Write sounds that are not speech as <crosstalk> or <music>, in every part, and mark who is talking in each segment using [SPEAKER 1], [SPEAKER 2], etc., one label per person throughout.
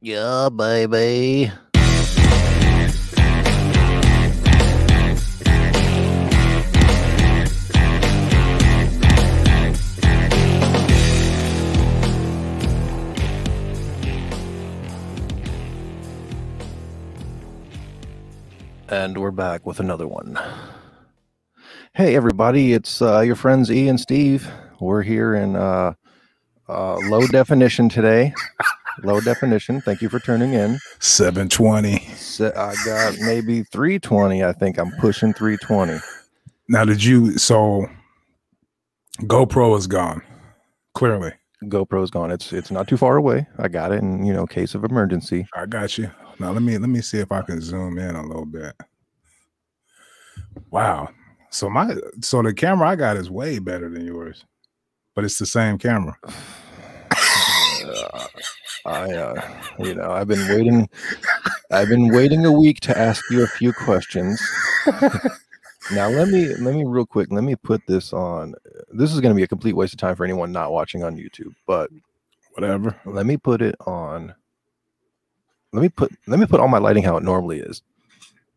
[SPEAKER 1] Yeah, baby. And we're back with another one. Hey, everybody, it's uh, your friends E and Steve. We're here in uh, uh, low definition today. Low definition. Thank you for tuning in.
[SPEAKER 2] 720.
[SPEAKER 1] So I got maybe 320. I think I'm pushing 320.
[SPEAKER 2] Now, did you? So, GoPro is gone, clearly.
[SPEAKER 1] GoPro's gone. It's it's not too far away. I got it in you know case of emergency.
[SPEAKER 2] I got you. Now, let me let me see if I can zoom in a little bit. Wow. So my so the camera I got is way better than yours, but it's the same camera.
[SPEAKER 1] Uh, I uh, you know I've been waiting. I've been waiting a week to ask you a few questions. <laughs> now let me let me real quick. Let me put this on. This is going to be a complete waste of time for anyone not watching on YouTube. But
[SPEAKER 2] Whatever.
[SPEAKER 1] let me put it on. Let me put let me put on my lighting how it normally is.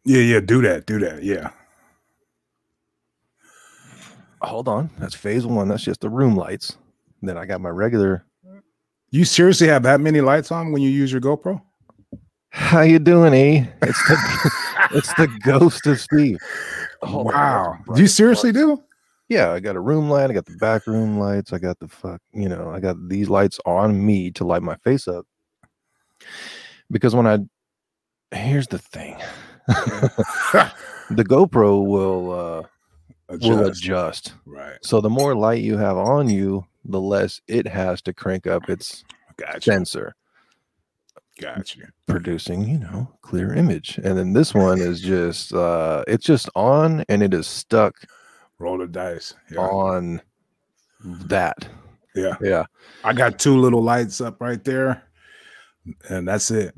[SPEAKER 2] Yeah, yeah. Do that. Do that. Yeah.
[SPEAKER 1] Hold on, that's phase one. That's just the room lights. Then I got my regular.
[SPEAKER 2] You seriously have that many lights on when you use your GoPro?
[SPEAKER 1] How you doing, E? It's the <laughs> it's the ghost of Steve. Hold on, that's
[SPEAKER 2] wow.
[SPEAKER 1] bright
[SPEAKER 2] You
[SPEAKER 1] as
[SPEAKER 2] seriously do? <laughs>
[SPEAKER 1] yeah, I got a room light, I got the back room lights, I got the fuck, you know, I got these lights on me to light my face up. Because when I here's the thing, the GoPro will uh will
[SPEAKER 2] Adjust.
[SPEAKER 1] adjust.
[SPEAKER 2] Right.
[SPEAKER 1] So the more light you have on you, the less it has to crank up its
[SPEAKER 2] Got you.
[SPEAKER 1] sensor,
[SPEAKER 2] Got you.
[SPEAKER 1] producing, you know, clear image. And then this one is just uh it's just on and it is stuck
[SPEAKER 2] Roll the dice. Yeah.
[SPEAKER 1] on that.
[SPEAKER 2] Yeah.
[SPEAKER 1] Yeah.
[SPEAKER 2] I got two little lights up right there, and that's it.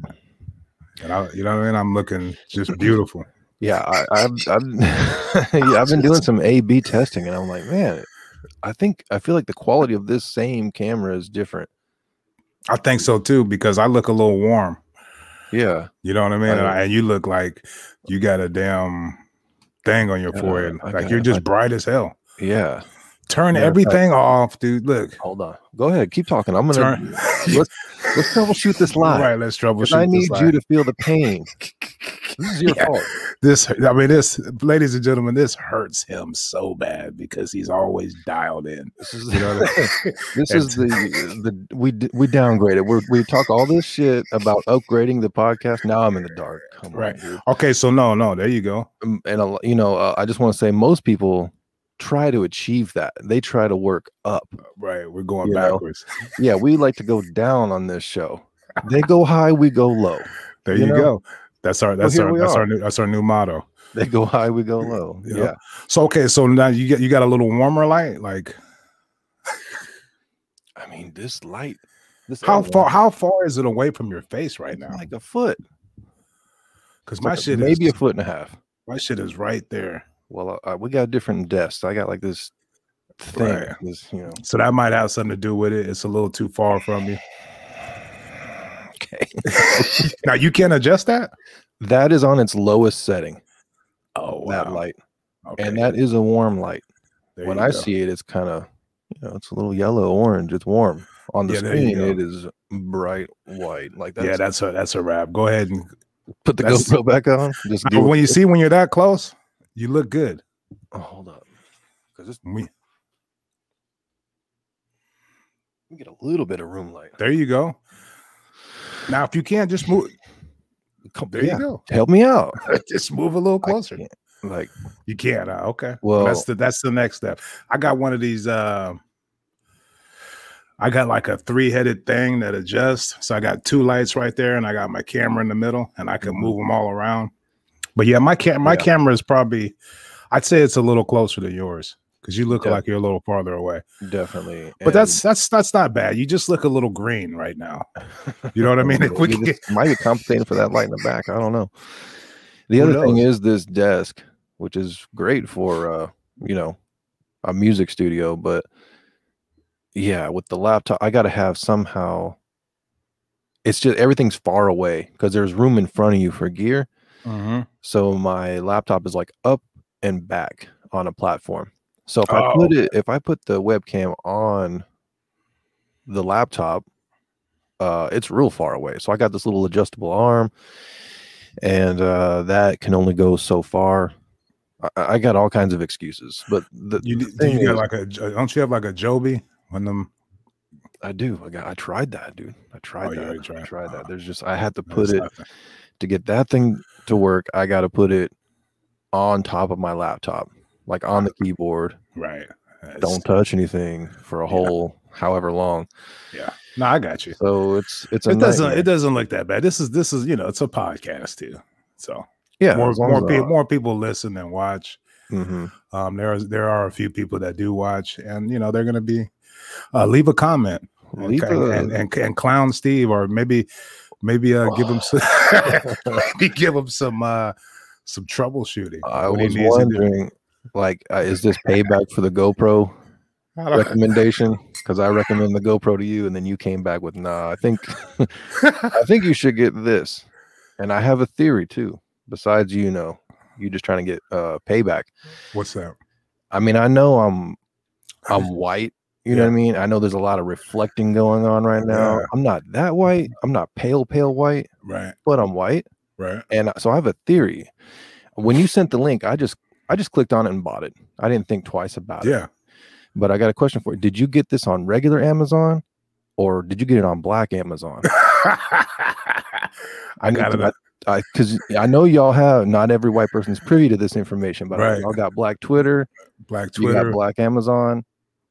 [SPEAKER 2] And I, you know what I mean? I'm looking
[SPEAKER 1] <clears throat>
[SPEAKER 2] just beautiful.
[SPEAKER 1] Yeah, I, I've
[SPEAKER 2] <laughs>
[SPEAKER 1] I've, yeah, I've been doing some A/B testing, and I'm like, man, I think I feel like the quality of this same camera is different.
[SPEAKER 2] I think so too because I look a little warm.
[SPEAKER 1] Yeah,
[SPEAKER 2] You know what I mean? And,
[SPEAKER 1] Right.
[SPEAKER 2] I, and you look like you got a damn thing on your
[SPEAKER 1] Yeah,
[SPEAKER 2] forehead.
[SPEAKER 1] I
[SPEAKER 2] Like
[SPEAKER 1] got-
[SPEAKER 2] you're
[SPEAKER 1] I-
[SPEAKER 2] just bright as hell.
[SPEAKER 1] yeah.
[SPEAKER 2] Turn
[SPEAKER 1] Matter of fact-
[SPEAKER 2] everything off, dude. Look,
[SPEAKER 1] Hold on, go ahead, keep talking. I'm gonna <laughs>
[SPEAKER 2] turn. <laughs>
[SPEAKER 1] let's, let's troubleshoot this live.
[SPEAKER 2] right, let's
[SPEAKER 1] 'cause
[SPEAKER 2] troubleshoot.
[SPEAKER 1] I
[SPEAKER 2] this
[SPEAKER 1] need
[SPEAKER 2] line.
[SPEAKER 1] you to feel the
[SPEAKER 2] <laughs>
[SPEAKER 1] pain. This is your
[SPEAKER 2] Yeah.
[SPEAKER 1] fault.
[SPEAKER 2] this i mean this ladies and gentlemen this hurts him so bad because he's always dialed in
[SPEAKER 1] This is
[SPEAKER 2] you know what I mean?
[SPEAKER 1] <laughs> this is the the we d- we downgraded. We we talk all this shit about upgrading the podcast. Now I'm in the dark. Come on,
[SPEAKER 2] Right.
[SPEAKER 1] dude.
[SPEAKER 2] okay so no no there you go
[SPEAKER 1] um, and a lo- you know uh, i just want to say most people try to achieve that they try to work up
[SPEAKER 2] right we're going
[SPEAKER 1] You know.
[SPEAKER 2] backwards
[SPEAKER 1] yeah we like to go down on this show they go high we go low
[SPEAKER 2] there
[SPEAKER 1] You
[SPEAKER 2] you,
[SPEAKER 1] know.
[SPEAKER 2] go that's our that's
[SPEAKER 1] here
[SPEAKER 2] our
[SPEAKER 1] we
[SPEAKER 2] that's
[SPEAKER 1] are.
[SPEAKER 2] our, new, that's our new motto
[SPEAKER 1] they go high we go low
[SPEAKER 2] Yeah.
[SPEAKER 1] yeah
[SPEAKER 2] so okay so now you get you got a little warmer light like
[SPEAKER 1] i mean this light this
[SPEAKER 2] how
[SPEAKER 1] LED,
[SPEAKER 2] far how far is it away from your face right
[SPEAKER 1] it's
[SPEAKER 2] now
[SPEAKER 1] like a foot
[SPEAKER 2] because
[SPEAKER 1] It's
[SPEAKER 2] my
[SPEAKER 1] like a-
[SPEAKER 2] shit
[SPEAKER 1] maybe
[SPEAKER 2] is
[SPEAKER 1] a foot and a half
[SPEAKER 2] my shit is right there
[SPEAKER 1] well uh, we got different desks i got like this thing
[SPEAKER 2] Right.
[SPEAKER 1] this you know
[SPEAKER 2] so that might have something to do with it it's a little too far
[SPEAKER 1] <laughs>
[SPEAKER 2] from you
[SPEAKER 1] okay
[SPEAKER 2] now you can't adjust that
[SPEAKER 1] that is on its lowest setting
[SPEAKER 2] oh
[SPEAKER 1] that
[SPEAKER 2] wow.
[SPEAKER 1] light
[SPEAKER 2] okay.
[SPEAKER 1] and that is a warm light
[SPEAKER 2] there
[SPEAKER 1] when
[SPEAKER 2] you
[SPEAKER 1] I
[SPEAKER 2] go.
[SPEAKER 1] see it, it's kind of you know it's a little yellow orange. It's warm on the
[SPEAKER 2] Yeah, there you
[SPEAKER 1] screen. It is bright white like that.
[SPEAKER 2] yeah, that's a that's a wrap. Go ahead and
[SPEAKER 1] put the
[SPEAKER 2] that's-
[SPEAKER 1] GoPro back on. Just do
[SPEAKER 2] when you see when you're that close, you look good.
[SPEAKER 1] oh, hold up because it's
[SPEAKER 2] We,
[SPEAKER 1] we get a little bit of room light.
[SPEAKER 2] there you go. Now, if you can't, just move.
[SPEAKER 1] Come-
[SPEAKER 2] There
[SPEAKER 1] yeah, <laughs>
[SPEAKER 2] you go.
[SPEAKER 1] help me out.
[SPEAKER 2] just move a little
[SPEAKER 1] I
[SPEAKER 2] closer.
[SPEAKER 1] can't, Like
[SPEAKER 2] You can. Uh, okay.
[SPEAKER 1] well,
[SPEAKER 2] that's the that's the next step. I got one of these. Uh, I got like a three headed thing that adjusts. So I got two lights right there, and I got my camera in the middle, and I can
[SPEAKER 1] Mhm.
[SPEAKER 2] move them all around. But yeah, my cam my
[SPEAKER 1] Yeah.
[SPEAKER 2] camera is probably. I'd say it's a little closer to yours because you look
[SPEAKER 1] Yeah.
[SPEAKER 2] like you're a little farther away.
[SPEAKER 1] definitely.
[SPEAKER 2] But that's that's that's not bad. You just look a little green right now. You know what
[SPEAKER 1] <laughs>
[SPEAKER 2] I mean? If we
[SPEAKER 1] Maybe
[SPEAKER 2] can
[SPEAKER 1] this
[SPEAKER 2] get
[SPEAKER 1] might be compensating for that light in the back. I don't know. The
[SPEAKER 2] Who
[SPEAKER 1] other thing is this desk, which is great for uh, you know, a music studio, but yeah, with the laptop, I gotta have somehow it's just everything's far away because there's room in front of you for gear.
[SPEAKER 2] Mm-hmm.
[SPEAKER 1] So my laptop is like up and back on a platform. So if I
[SPEAKER 2] Oh,
[SPEAKER 1] put it, if I put the webcam on the laptop, uh, it's real far away. So I got this little adjustable arm, and uh, that can only go so far. I, I I got all kinds of excuses, but the,
[SPEAKER 2] You
[SPEAKER 1] the
[SPEAKER 2] do
[SPEAKER 1] thing
[SPEAKER 2] you got
[SPEAKER 1] is-
[SPEAKER 2] like a don't you have like a Joby when them
[SPEAKER 1] I do. I got. I tried that, dude. I tried
[SPEAKER 2] Oh, you
[SPEAKER 1] that.
[SPEAKER 2] already
[SPEAKER 1] I
[SPEAKER 2] tried-
[SPEAKER 1] tried
[SPEAKER 2] uh,
[SPEAKER 1] that. There's just I had to
[SPEAKER 2] no,
[SPEAKER 1] put
[SPEAKER 2] it's
[SPEAKER 1] it
[SPEAKER 2] nothing.
[SPEAKER 1] to get that thing to work. I got to put it on top of my laptop, like on
[SPEAKER 2] <laughs>
[SPEAKER 1] the keyboard.
[SPEAKER 2] right? It's-
[SPEAKER 1] Don't touch anything for a
[SPEAKER 2] Yeah.
[SPEAKER 1] whole however long.
[SPEAKER 2] no, I got you.
[SPEAKER 1] So it's it's a
[SPEAKER 2] it doesn't
[SPEAKER 1] nightmare.
[SPEAKER 2] it doesn't look that bad. This is this is you know it's a podcast too, so
[SPEAKER 1] yeah
[SPEAKER 2] more
[SPEAKER 1] as long
[SPEAKER 2] more,
[SPEAKER 1] as, uh,
[SPEAKER 2] pe- more people listen and watch.
[SPEAKER 1] mhm.
[SPEAKER 2] Um, there is there are a few people that do watch, and you know they're gonna be uh, leave a comment and,
[SPEAKER 1] Leave
[SPEAKER 2] and,
[SPEAKER 1] a-
[SPEAKER 2] and, and, and clown Steve, or maybe maybe uh, give him some <laughs> maybe give him some uh, some troubleshooting.
[SPEAKER 1] <laughs> I
[SPEAKER 2] what he
[SPEAKER 1] was
[SPEAKER 2] needs to do.
[SPEAKER 1] wondering, like, uh, is this payback for the
[SPEAKER 2] <laughs>
[SPEAKER 1] GoPro
[SPEAKER 2] I don't-
[SPEAKER 1] recommendation? Because I recommend the GoPro to you, and then you came back with, "Nah, I think I think you should get this. And I have a theory too. Besides, you know, you just trying to get uh, payback.
[SPEAKER 2] <laughs> What's that?
[SPEAKER 1] I mean, I know I'm, I'm
[SPEAKER 2] <laughs>
[SPEAKER 1] white. You know
[SPEAKER 2] Yeah.
[SPEAKER 1] what I mean? I know there's a lot of reflecting going on right now.
[SPEAKER 2] Yeah.
[SPEAKER 1] I'm not that white. I'm not pale, pale white,
[SPEAKER 2] Right,
[SPEAKER 1] but I'm white.
[SPEAKER 2] right.
[SPEAKER 1] And so I have a theory. When you sent the link, I just, I just clicked on it and bought it. I didn't think twice about it.
[SPEAKER 2] Yeah. <laughs>
[SPEAKER 1] But I got a question for you. Did you get this on regular Amazon, or did you get it on Black Amazon?
[SPEAKER 2] <laughs> I
[SPEAKER 1] need
[SPEAKER 2] got
[SPEAKER 1] to-
[SPEAKER 2] it.
[SPEAKER 1] I because I know y'all have not every white person's privy to this information, but I
[SPEAKER 2] Right.
[SPEAKER 1] y'all got black Twitter,
[SPEAKER 2] Black
[SPEAKER 1] you
[SPEAKER 2] Twitter.
[SPEAKER 1] got black Amazon,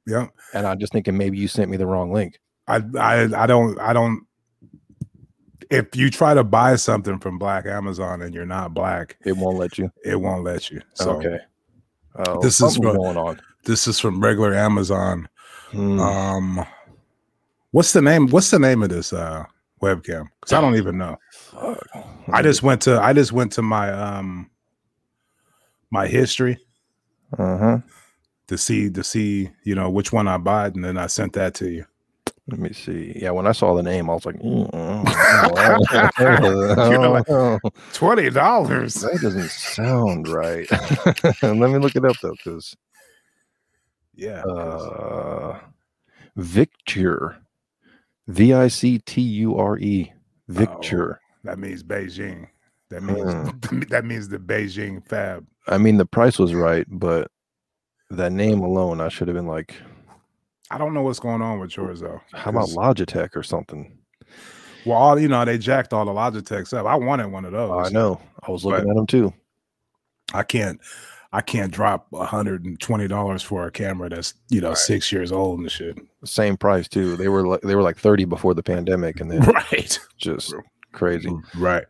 [SPEAKER 2] Yep.
[SPEAKER 1] and I'm just thinking maybe you sent me the wrong link.
[SPEAKER 2] I, I I don't I don't if you try to buy something from black Amazon and you're not black,
[SPEAKER 1] It won't let you.
[SPEAKER 2] it won't let you. So
[SPEAKER 1] okay. Oh,
[SPEAKER 2] This is
[SPEAKER 1] something's
[SPEAKER 2] what-
[SPEAKER 1] going on.
[SPEAKER 2] this is from regular Amazon.
[SPEAKER 1] Hmm.
[SPEAKER 2] Um what's the name what's the name of this uh webcam? Cuz I don't even know.
[SPEAKER 1] Fuck.
[SPEAKER 2] I just went to I just went to my um my history
[SPEAKER 1] uh huh.
[SPEAKER 2] to see to see, you know, which one I bought and then I sent that to you.
[SPEAKER 1] Let me see. Yeah, when I saw the name, I was like, mm, <laughs> mm, mm, <laughs> mm,
[SPEAKER 2] You know, like-
[SPEAKER 1] mm, mm.
[SPEAKER 2] $20.
[SPEAKER 1] that doesn't sound right. <laughs> Let me look it up though, because
[SPEAKER 2] Yeah. 'cause-
[SPEAKER 1] uh, Victor, V I C T U R E, Victor.
[SPEAKER 2] That means Beijing. That means
[SPEAKER 1] Hmm.
[SPEAKER 2] <laughs> that means the Beijing Fab.
[SPEAKER 1] I mean, the price was right, but that name alone, I should have been like,
[SPEAKER 2] I don't know what's going on with yours though.
[SPEAKER 1] how about
[SPEAKER 2] 'cause-
[SPEAKER 1] Logitech or something?
[SPEAKER 2] well, all, you know they jacked all the Logitechs up. I wanted one of those.
[SPEAKER 1] Oh, I know. I was looking
[SPEAKER 2] But-
[SPEAKER 1] at them too.
[SPEAKER 2] I can't. I can't drop hundred and twenty dollars for a camera that's you know six years old and shit.
[SPEAKER 1] Same price too. They were like they were like thirty before the pandemic, and then
[SPEAKER 2] <laughs> Right.
[SPEAKER 1] just crazy.
[SPEAKER 2] Right.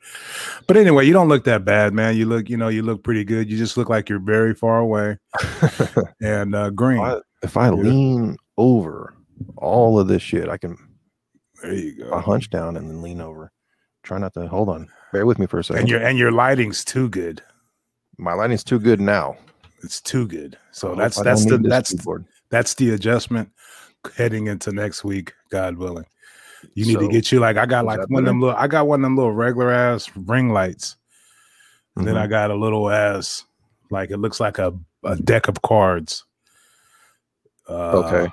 [SPEAKER 2] But anyway, you don't look that bad, man. You look, you know, you look pretty good. You just look like you're very
[SPEAKER 1] <laughs>
[SPEAKER 2] far away and uh, green.
[SPEAKER 1] I- if I
[SPEAKER 2] Yeah.
[SPEAKER 1] lean over all of this shit, I can
[SPEAKER 2] There you
[SPEAKER 1] I
[SPEAKER 2] go.
[SPEAKER 1] hunch down and then lean over. Try not to hold on. Bear with me for a
[SPEAKER 2] And
[SPEAKER 1] second.
[SPEAKER 2] your and your lighting's too good.
[SPEAKER 1] My lighting's too good now.
[SPEAKER 2] It's too good.
[SPEAKER 1] I
[SPEAKER 2] So
[SPEAKER 1] hope
[SPEAKER 2] that's
[SPEAKER 1] I don't
[SPEAKER 2] that's
[SPEAKER 1] need
[SPEAKER 2] the
[SPEAKER 1] this
[SPEAKER 2] that's
[SPEAKER 1] keyboard.
[SPEAKER 2] that's the adjustment heading into next week, God willing. You need to
[SPEAKER 1] So,
[SPEAKER 2] get you like I got
[SPEAKER 1] is
[SPEAKER 2] like
[SPEAKER 1] that
[SPEAKER 2] one of
[SPEAKER 1] better?
[SPEAKER 2] them little I got one of them little regular ass ring lights. And Then
[SPEAKER 1] Mhm.
[SPEAKER 2] I got a little ass like it looks like a, a deck of cards. Uh,
[SPEAKER 1] Mm-hmm. Okay.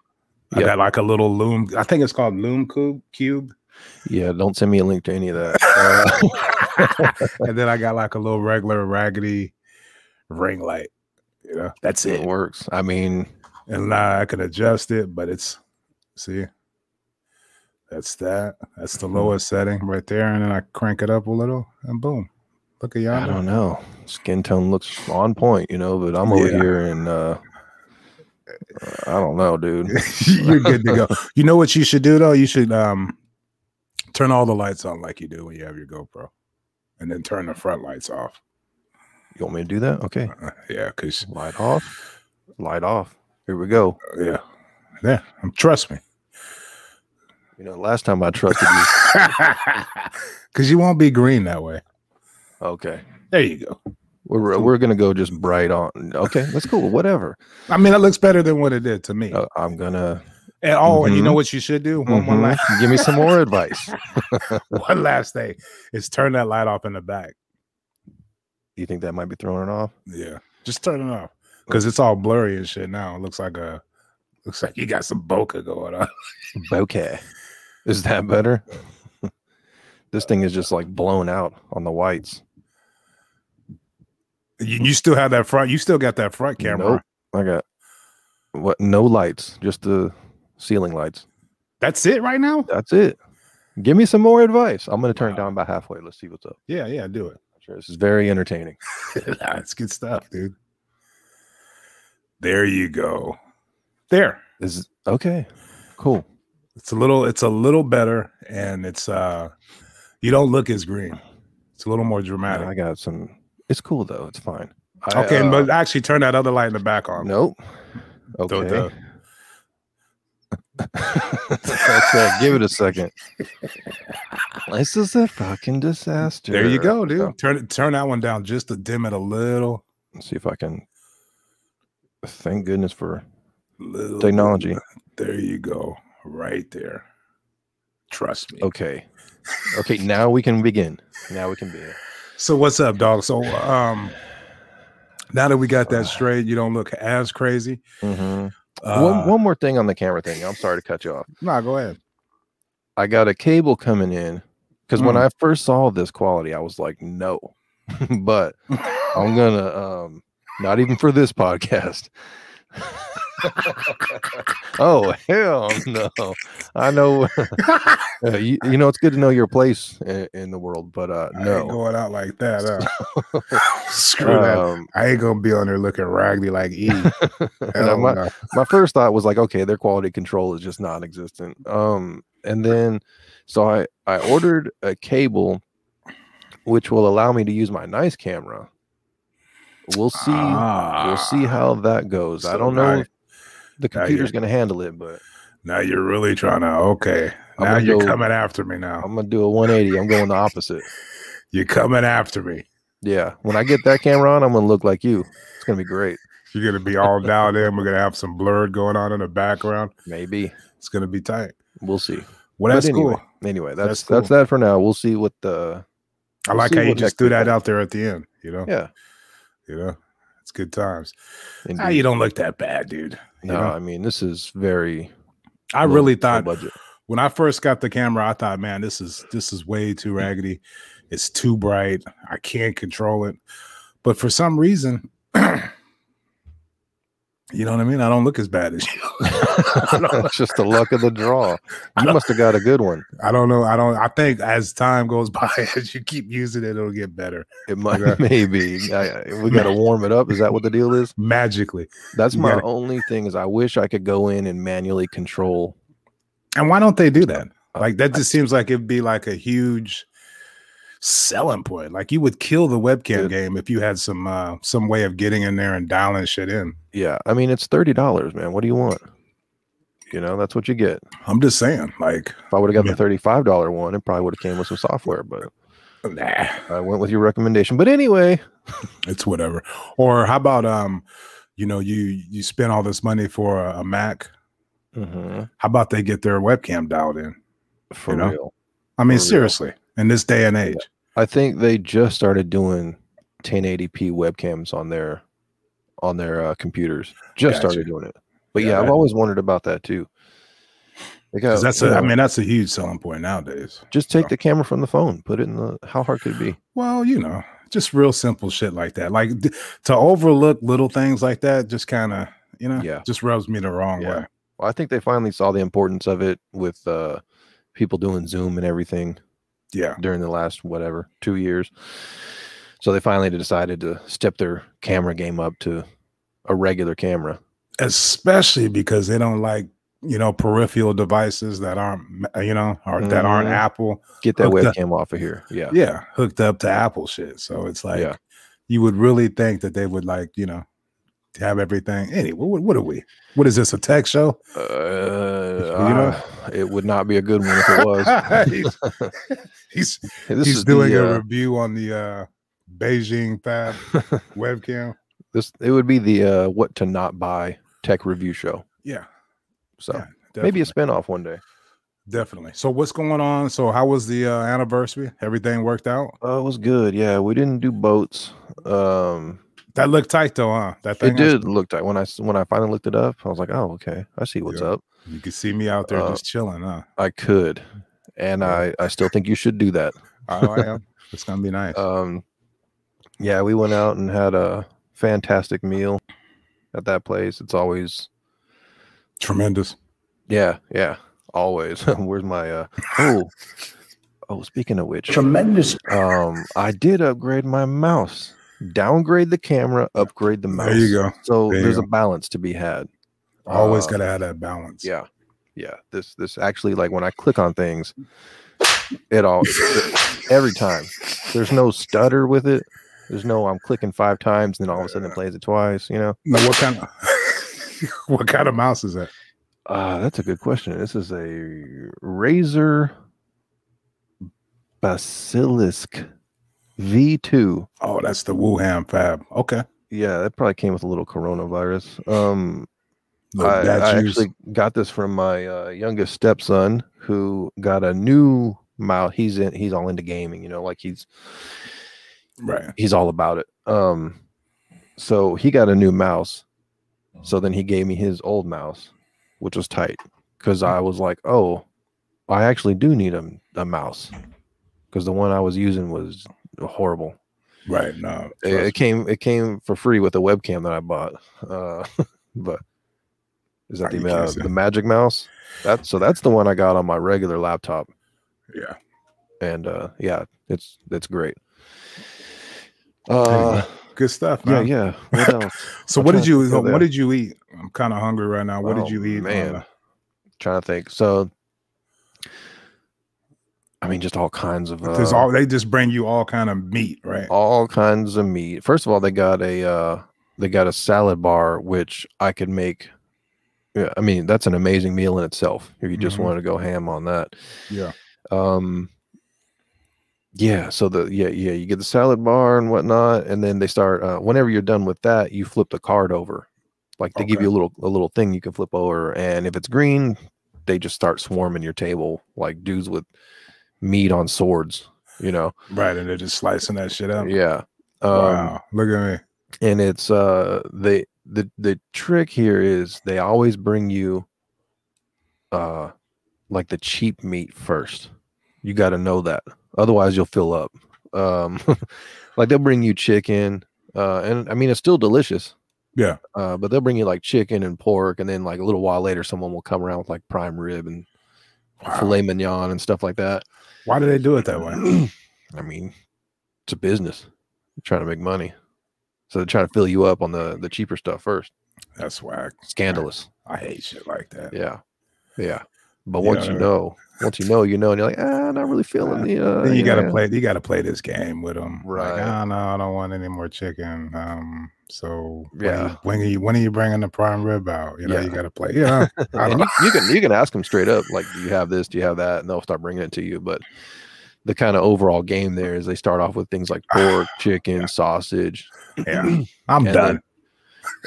[SPEAKER 2] I
[SPEAKER 1] Yeah.
[SPEAKER 2] got like a little loom. I think it's called loom cube cube.
[SPEAKER 1] Yeah, don't send me a link to any of that. Uh,
[SPEAKER 2] <laughs> and then I got like a little regular raggedy ring light. You know,
[SPEAKER 1] <laughs>
[SPEAKER 2] that's
[SPEAKER 1] it
[SPEAKER 2] it.
[SPEAKER 1] works. I mean,
[SPEAKER 2] and now I can adjust it, but it's see, that's that. That's the
[SPEAKER 1] Mhm.
[SPEAKER 2] lowest setting right there, and then I crank it up a little, and boom, look at
[SPEAKER 1] I
[SPEAKER 2] <laughs> yonder.
[SPEAKER 1] don't know. Skin tone looks on point, you know, but I'm over
[SPEAKER 2] Yeah.
[SPEAKER 1] here and uh I don't know, dude.
[SPEAKER 2] You're good to go. You know what you should do though? You should um turn all the lights on like you do when you have your GoPro, and then turn the front lights off. <laughs>
[SPEAKER 1] You want me to do that? Okay.
[SPEAKER 2] Uh, yeah, because
[SPEAKER 1] Light off. Light off. Here we go.
[SPEAKER 2] yeah, yeah, um, trust me, <laughs>
[SPEAKER 1] You know, last time I trusted you.
[SPEAKER 2] because you won't be green that way.
[SPEAKER 1] Okay.
[SPEAKER 2] There you go.
[SPEAKER 1] We're we're gonna go just bright on. Okay, that's cool. Whatever. Oh,
[SPEAKER 2] I mean, that looks better than what it did to me.
[SPEAKER 1] Uh, I'm gonna
[SPEAKER 2] And oh, and you know what you should do? One, one,
[SPEAKER 1] Mhm.
[SPEAKER 2] last,
[SPEAKER 1] Give me some more advice. <laughs>
[SPEAKER 2] <laughs> one last thing is turn that light off in the back.
[SPEAKER 1] You think that might be throwing it off?
[SPEAKER 2] Yeah, just turn it off because it's all blurry and shit now. It looks like a looks like you got some bokeh going on. <laughs>
[SPEAKER 1] Okay. Is that better? <laughs> this thing is just like blown out on the whites.
[SPEAKER 2] You, you still have that front. You still got that front camera.
[SPEAKER 1] Nope. I got what? No lights, just the ceiling lights.
[SPEAKER 2] That's it right now.
[SPEAKER 1] That's it. Give me some more advice. I'm going to turn it
[SPEAKER 2] Wow.
[SPEAKER 1] down by halfway. Let's see what's up.
[SPEAKER 2] Yeah, yeah,
[SPEAKER 1] <laughs>
[SPEAKER 2] do it. <laughs>
[SPEAKER 1] I'm sure this is very entertaining.
[SPEAKER 2] Nah, it's good stuff, dude. There you go. There.
[SPEAKER 1] Is okay. Cool.
[SPEAKER 2] It's a little. It's a little better, and it's uh, you don't look as green. It's a little more
[SPEAKER 1] Yeah,
[SPEAKER 2] dramatic.
[SPEAKER 1] I got some. It's cool though. It's fine. I,
[SPEAKER 2] Okay,
[SPEAKER 1] uh,
[SPEAKER 2] but actually turn that other light in the back on.
[SPEAKER 1] nope. Okay.
[SPEAKER 2] Don't,
[SPEAKER 1] <laughs>
[SPEAKER 2] uh,
[SPEAKER 1] okay, give it a second. This is a fucking disaster.
[SPEAKER 2] There you go, dude.
[SPEAKER 1] Oh.
[SPEAKER 2] Turn it. Turn that one down just to dim it a little.
[SPEAKER 1] Let's see if I can. Thank goodness for
[SPEAKER 2] little bit.
[SPEAKER 1] technology.
[SPEAKER 2] There you go. Right there. Trust me.
[SPEAKER 1] Okay. Okay, now we can begin. Now we can begin.
[SPEAKER 2] So what's up, dog? So um, now that we got
[SPEAKER 1] Uh,
[SPEAKER 2] that straight, you don't look as crazy.
[SPEAKER 1] Mhm.
[SPEAKER 2] Uh,
[SPEAKER 1] one, one more thing on the camera thing. I'm sorry to cut you off.
[SPEAKER 2] Nah, go <laughs> ahead.
[SPEAKER 1] I got a cable coming in because when
[SPEAKER 2] Mm.
[SPEAKER 1] I first saw this quality, I was like, no. <laughs> but I'm gonna um not even for this podcast. <laughs> oh hell no. I know <laughs> uh, you, you know it's good to know your place in, in the world, but uh
[SPEAKER 2] I ain't
[SPEAKER 1] no.
[SPEAKER 2] going out like that.
[SPEAKER 1] <laughs>
[SPEAKER 2] huh? Screw that.
[SPEAKER 1] Um,
[SPEAKER 2] I ain't gonna be on there looking raggedy
[SPEAKER 1] <laughs>
[SPEAKER 2] like E. Hell
[SPEAKER 1] my,
[SPEAKER 2] no.
[SPEAKER 1] my first thought was like, okay, their quality control is just non-existent. Um, and then so I I ordered a cable, which will allow me to use my nice camera. We'll see. we'll see how that goes. I
[SPEAKER 2] Ah. So
[SPEAKER 1] don't know.
[SPEAKER 2] now-
[SPEAKER 1] if the
[SPEAKER 2] now you're-
[SPEAKER 1] computer's going to handle it, but
[SPEAKER 2] Now you're really trying to. Okay.
[SPEAKER 1] I'm
[SPEAKER 2] now
[SPEAKER 1] gonna
[SPEAKER 2] you're
[SPEAKER 1] go-
[SPEAKER 2] coming after me. Now
[SPEAKER 1] I'm going to
[SPEAKER 2] <laughs>
[SPEAKER 1] do a 180. I'm going the opposite.
[SPEAKER 2] you're coming after me.
[SPEAKER 1] Yeah. When I get that camera on, I'm going to look like you. It's going to be great.
[SPEAKER 2] You're gonna be all dialed in. We're gonna have some blurred going on in the background.
[SPEAKER 1] Maybe
[SPEAKER 2] It's gonna be tight.
[SPEAKER 1] we'll see.
[SPEAKER 2] Well,
[SPEAKER 1] But
[SPEAKER 2] that's
[SPEAKER 1] anyway,
[SPEAKER 2] cool.
[SPEAKER 1] Anyway, that's that's,
[SPEAKER 2] That's cool.
[SPEAKER 1] that for now. We'll see what the
[SPEAKER 2] I like
[SPEAKER 1] see
[SPEAKER 2] how you
[SPEAKER 1] what next
[SPEAKER 2] just threw
[SPEAKER 1] week
[SPEAKER 2] that
[SPEAKER 1] holds.
[SPEAKER 2] out there at the end. You know,
[SPEAKER 1] yeah.
[SPEAKER 2] you know, it's good times. Ah,
[SPEAKER 1] indeed.
[SPEAKER 2] you don't look that bad, dude.
[SPEAKER 1] no,
[SPEAKER 2] know?
[SPEAKER 1] I mean this is very.
[SPEAKER 2] I
[SPEAKER 1] low-
[SPEAKER 2] really
[SPEAKER 1] low
[SPEAKER 2] thought <laughs>
[SPEAKER 1] budget. <laughs>
[SPEAKER 2] when I first got the camera, I thought, man, this is this is way too raggedy. It's too bright. I can't control it. But for some reason, <clears throat> you know what I mean. I don't look as bad as you. I don't-
[SPEAKER 1] it's just the luck of the draw.
[SPEAKER 2] I
[SPEAKER 1] You
[SPEAKER 2] don't-
[SPEAKER 1] must have got a good one.
[SPEAKER 2] I don't know. I don't. I think as time goes <laughs> by, as you keep using it, it'll get better
[SPEAKER 1] It might
[SPEAKER 2] <laughs> Yeah.
[SPEAKER 1] maybe I, I- we got to warm it up. Is that what the deal is?
[SPEAKER 2] magically.
[SPEAKER 1] That's
[SPEAKER 2] You
[SPEAKER 1] my
[SPEAKER 2] gotta-
[SPEAKER 1] only thing. Is I wish I could go in and manually control.
[SPEAKER 2] And why don't they
[SPEAKER 1] <laughs>
[SPEAKER 2] do that?
[SPEAKER 1] Uh,
[SPEAKER 2] Like that just seems like it'd be like a huge selling point. Like you would kill the webcam
[SPEAKER 1] Dude.
[SPEAKER 2] game if you had some uh some way of getting in there and dialing shit in.
[SPEAKER 1] Yeah, I mean it's thirty dollars, man. What do you want? You know, that's what you get.
[SPEAKER 2] I'm just saying, like,
[SPEAKER 1] If I would have got
[SPEAKER 2] Yeah.
[SPEAKER 1] the thirty-five dollar one, it probably would have came with some software. But
[SPEAKER 2] nah,
[SPEAKER 1] I went with your recommendation. But anyway,
[SPEAKER 2] it's whatever. Or how about um, you know, you you spend all this money for a, a Mac.
[SPEAKER 1] mhm,
[SPEAKER 2] How about they get their webcam dialed in?
[SPEAKER 1] for
[SPEAKER 2] Mm-hmm. You know?
[SPEAKER 1] real,
[SPEAKER 2] I mean,
[SPEAKER 1] For real.
[SPEAKER 2] seriously, in this day and age.
[SPEAKER 1] I think they just started doing 1080p webcams on their on their uh, computers. Just
[SPEAKER 2] Gotcha.
[SPEAKER 1] started doing it. But
[SPEAKER 2] Yeah,
[SPEAKER 1] yeah, I've
[SPEAKER 2] that-
[SPEAKER 1] always wondered about that too. They
[SPEAKER 2] 'Cause
[SPEAKER 1] got,
[SPEAKER 2] that's
[SPEAKER 1] you
[SPEAKER 2] a, I
[SPEAKER 1] know,
[SPEAKER 2] mean, oh. that's a huge selling point nowadays.
[SPEAKER 1] just take the camera from the phone, put it in the. How hard could it be?
[SPEAKER 2] Well, you know, just real simple shit like that. Like d- to overlook little things like that just kind of, you know,
[SPEAKER 1] Yeah.
[SPEAKER 2] just rubs me the wrong
[SPEAKER 1] Yeah.
[SPEAKER 2] way.
[SPEAKER 1] Well, I think they finally saw the importance of it with uh, people doing Zoom and everything.
[SPEAKER 2] Yeah.
[SPEAKER 1] during the last whatever two years. So they finally decided to step their camera game up to a regular camera.
[SPEAKER 2] Especially because they don't like, you know, peripheral devices that aren't, m- you know, or that aren't
[SPEAKER 1] Mhm.
[SPEAKER 2] Apple.
[SPEAKER 1] Get that
[SPEAKER 2] Okay.
[SPEAKER 1] webcam off of here. Yeah.
[SPEAKER 2] Yeah. Hooked up to Apple shit. So it's like,
[SPEAKER 1] Yeah.
[SPEAKER 2] you would really think that they would like, you know, to have everything. Anyway, what, what are we? What is this? A tech show?
[SPEAKER 1] Uh,
[SPEAKER 2] you know-
[SPEAKER 1] ah, it would not be a good one if it
[SPEAKER 2] <laughs>
[SPEAKER 1] was.
[SPEAKER 2] he's
[SPEAKER 1] <laughs>
[SPEAKER 2] he's,
[SPEAKER 1] this
[SPEAKER 2] he's
[SPEAKER 1] is
[SPEAKER 2] doing
[SPEAKER 1] the,
[SPEAKER 2] a
[SPEAKER 1] uh,
[SPEAKER 2] review on the uh, Beijing Fab
[SPEAKER 1] <laughs>
[SPEAKER 2] webcam.
[SPEAKER 1] this. It would be the uh, what to not buy tech review show.
[SPEAKER 2] Yeah.
[SPEAKER 1] So
[SPEAKER 2] Yeah.
[SPEAKER 1] Maybe a spinoff one day.
[SPEAKER 2] Definitely. So what's going on? So how was the uh, anniversary? Everything worked out?
[SPEAKER 1] Oh, it was good. Yeah, we didn't do boats. Um,
[SPEAKER 2] That looked tight though, huh? That thing
[SPEAKER 1] it did look like when I s- when I finally looked it up, I was like, oh, okay, I see what's
[SPEAKER 2] Yeah.
[SPEAKER 1] up.
[SPEAKER 2] you could see me out there
[SPEAKER 1] Uh,
[SPEAKER 2] just
[SPEAKER 1] <laughs>
[SPEAKER 2] chilling, huh?
[SPEAKER 1] I could, and I I still think you should do that.
[SPEAKER 2] I, I am. It's gonna be nice.
[SPEAKER 1] Um, yeah, we went out and had a fantastic meal at that place. It's always
[SPEAKER 2] Tremendous.
[SPEAKER 1] yeah, yeah, always. <laughs> Where's my uh? Oh, oh. Speaking of which,
[SPEAKER 3] Tremendous.
[SPEAKER 1] um, I did upgrade my mouse. Downgrade the camera, upgrade the mouse.
[SPEAKER 2] There you go.
[SPEAKER 1] So
[SPEAKER 2] There you
[SPEAKER 1] there's a
[SPEAKER 2] go.
[SPEAKER 1] balance to be had.
[SPEAKER 2] Always
[SPEAKER 1] Uh,
[SPEAKER 2] gotta have that balance.
[SPEAKER 1] Yeah. Yeah. This this actually like when I click on things, it all every time. There's no stutter with it. There's no I'm clicking five times and then all of a sudden it plays it twice, you know?
[SPEAKER 2] Now, what kind of <laughs> what kind of mouse is that?
[SPEAKER 1] Uh that's a good question. This is a Razer Basilisk V2.
[SPEAKER 2] Oh, that's the Wuhan Fab. Okay.
[SPEAKER 1] Yeah, that probably came with a little coronavirus. Um
[SPEAKER 2] Look,
[SPEAKER 1] I,
[SPEAKER 2] that's
[SPEAKER 1] I
[SPEAKER 2] used-
[SPEAKER 1] actually got this from my uh, youngest stepson who got a new mouse. He's in. He's all into gaming. You know, like he's
[SPEAKER 2] right.
[SPEAKER 1] he's all about it. Um, so he got a new mouse. So then he gave me his old mouse, which was tight because I was like, oh, I actually do need a, a mouse because the one I was using was horrible.
[SPEAKER 2] Right. No.
[SPEAKER 1] It, it came it came for free with a webcam that I bought. Uh, <laughs> but is that
[SPEAKER 2] Oh, you
[SPEAKER 1] the
[SPEAKER 2] can't
[SPEAKER 1] uh,
[SPEAKER 2] see.
[SPEAKER 1] the Magic Mouse? That so that's the one I got on my regular laptop,
[SPEAKER 2] yeah.
[SPEAKER 1] and uh, yeah, it's it's great.
[SPEAKER 2] you
[SPEAKER 1] Uh,
[SPEAKER 2] Good stuff,
[SPEAKER 1] yeah,
[SPEAKER 2] man.
[SPEAKER 1] yeah. What
[SPEAKER 2] <laughs>
[SPEAKER 1] else?
[SPEAKER 2] So
[SPEAKER 1] I'm
[SPEAKER 2] what
[SPEAKER 1] trying
[SPEAKER 2] did
[SPEAKER 1] to
[SPEAKER 2] you
[SPEAKER 1] think of
[SPEAKER 2] what
[SPEAKER 1] that.
[SPEAKER 2] did you eat? I'm kind of hungry right now. What
[SPEAKER 1] Oh,
[SPEAKER 2] did you eat? uh, on
[SPEAKER 1] man?
[SPEAKER 2] the-
[SPEAKER 1] trying to think. So, I mean, just all kinds of
[SPEAKER 2] There's
[SPEAKER 1] uh,
[SPEAKER 2] all they just bring you all kind of meat, right?
[SPEAKER 1] all kinds of meat. First of all, they got a uh, they got a salad bar, which I could make. Yeah, I mean, that's an amazing meal in itself. If you just
[SPEAKER 2] Mhm.
[SPEAKER 1] wanted to go ham on that,
[SPEAKER 2] Yeah.
[SPEAKER 1] um, yeah. So the yeah yeah you get the salad bar and whatnot, and then they start. Uh, whenever you're done with that, you flip the card over. Like they give
[SPEAKER 2] Okay.
[SPEAKER 1] you a little a little thing you can flip over, and if it's green, they just start swarming your table like dudes with meat on swords. You know,
[SPEAKER 2] Right. And they're just slicing that shit up.
[SPEAKER 1] yeah. Um,
[SPEAKER 2] wow. Look at me.
[SPEAKER 1] and it's uh they the the trick here is they always bring you uh like the cheap meat first you got to know that otherwise you'll fill up um <laughs> like they'll bring you chicken uh and i mean it's still delicious
[SPEAKER 2] Yeah.
[SPEAKER 1] uh but they'll bring you like chicken and pork and then like a little while later someone will come around with like prime rib and
[SPEAKER 2] Wow.
[SPEAKER 1] filet mignon and stuff like that
[SPEAKER 2] Why do they do it that way?
[SPEAKER 1] <clears throat> I mean, it's a business. They're trying to make money. So they're trying to fill you up on the, the cheaper stuff first.
[SPEAKER 2] That's whack.
[SPEAKER 1] Scandalous.
[SPEAKER 2] I hate shit like that.
[SPEAKER 1] Yeah. Yeah. But
[SPEAKER 2] Yeah,
[SPEAKER 1] once you
[SPEAKER 2] right.
[SPEAKER 1] know, once you know, you know, and you're like, ah, not really feeling the. Uh,
[SPEAKER 2] Then you gotta
[SPEAKER 1] yeah."
[SPEAKER 2] play. You gotta play this game with them. Like,
[SPEAKER 1] Right.
[SPEAKER 2] oh, no, I don't want any more chicken. Um. So when
[SPEAKER 1] Yeah.
[SPEAKER 2] you- when are you when are you bringing the prime rib out? You know,
[SPEAKER 1] Yeah.
[SPEAKER 2] you gotta play. Yeah. <laughs> I
[SPEAKER 1] And
[SPEAKER 2] don't-
[SPEAKER 1] you, you can you can ask them straight up, like, do you have this? Do you have that? And they'll start bringing it to you. But the kind of overall game there is they start off with things
[SPEAKER 2] <sighs>
[SPEAKER 1] like pork, chicken, sausage. <clears throat>
[SPEAKER 2] yeah. I'm
[SPEAKER 1] And
[SPEAKER 2] done.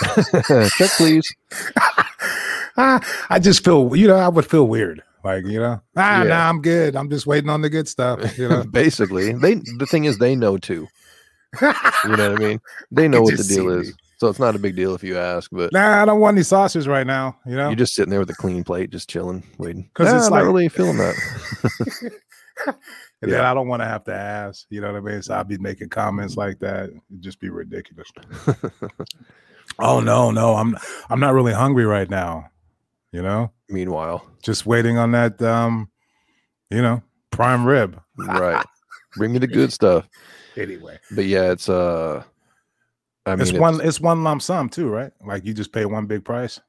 [SPEAKER 2] <laughs>
[SPEAKER 1] then- <laughs> Check please.
[SPEAKER 2] Ah, I just feel. You know, I would feel weird. Like you know, ah,
[SPEAKER 1] Yeah.
[SPEAKER 2] nah, I'm good. I'm just waiting on the good stuff. You know.
[SPEAKER 1] Basically, they the thing is they know too. <laughs>
[SPEAKER 2] <laughs>
[SPEAKER 1] You know what I mean? They know
[SPEAKER 2] could
[SPEAKER 1] what the
[SPEAKER 2] just
[SPEAKER 1] deal
[SPEAKER 2] see
[SPEAKER 1] is. So it's not a big deal if you ask, but
[SPEAKER 2] nah, I don't want any sauces right now. You know,
[SPEAKER 1] you're just sitting there with a clean plate, just chilling, waiting.
[SPEAKER 2] 'Cause
[SPEAKER 1] Nah,
[SPEAKER 2] it's
[SPEAKER 1] I'm
[SPEAKER 2] like-
[SPEAKER 1] not really feeling that.
[SPEAKER 2] <laughs> and then I don't want to have to ask. You know what I mean? So I'll be making comments like that. It'd just be ridiculous. oh no, no, I'm I'm not really hungry right now. You know,
[SPEAKER 1] Meanwhile,
[SPEAKER 2] just waiting on that. Um, you know, prime rib.
[SPEAKER 1] right? <laughs> Bring me the good stuff.
[SPEAKER 2] Anyway,
[SPEAKER 1] But yeah, it's uh, I mean,
[SPEAKER 2] it's one it's one lump sum too, right? Like you just pay one big price.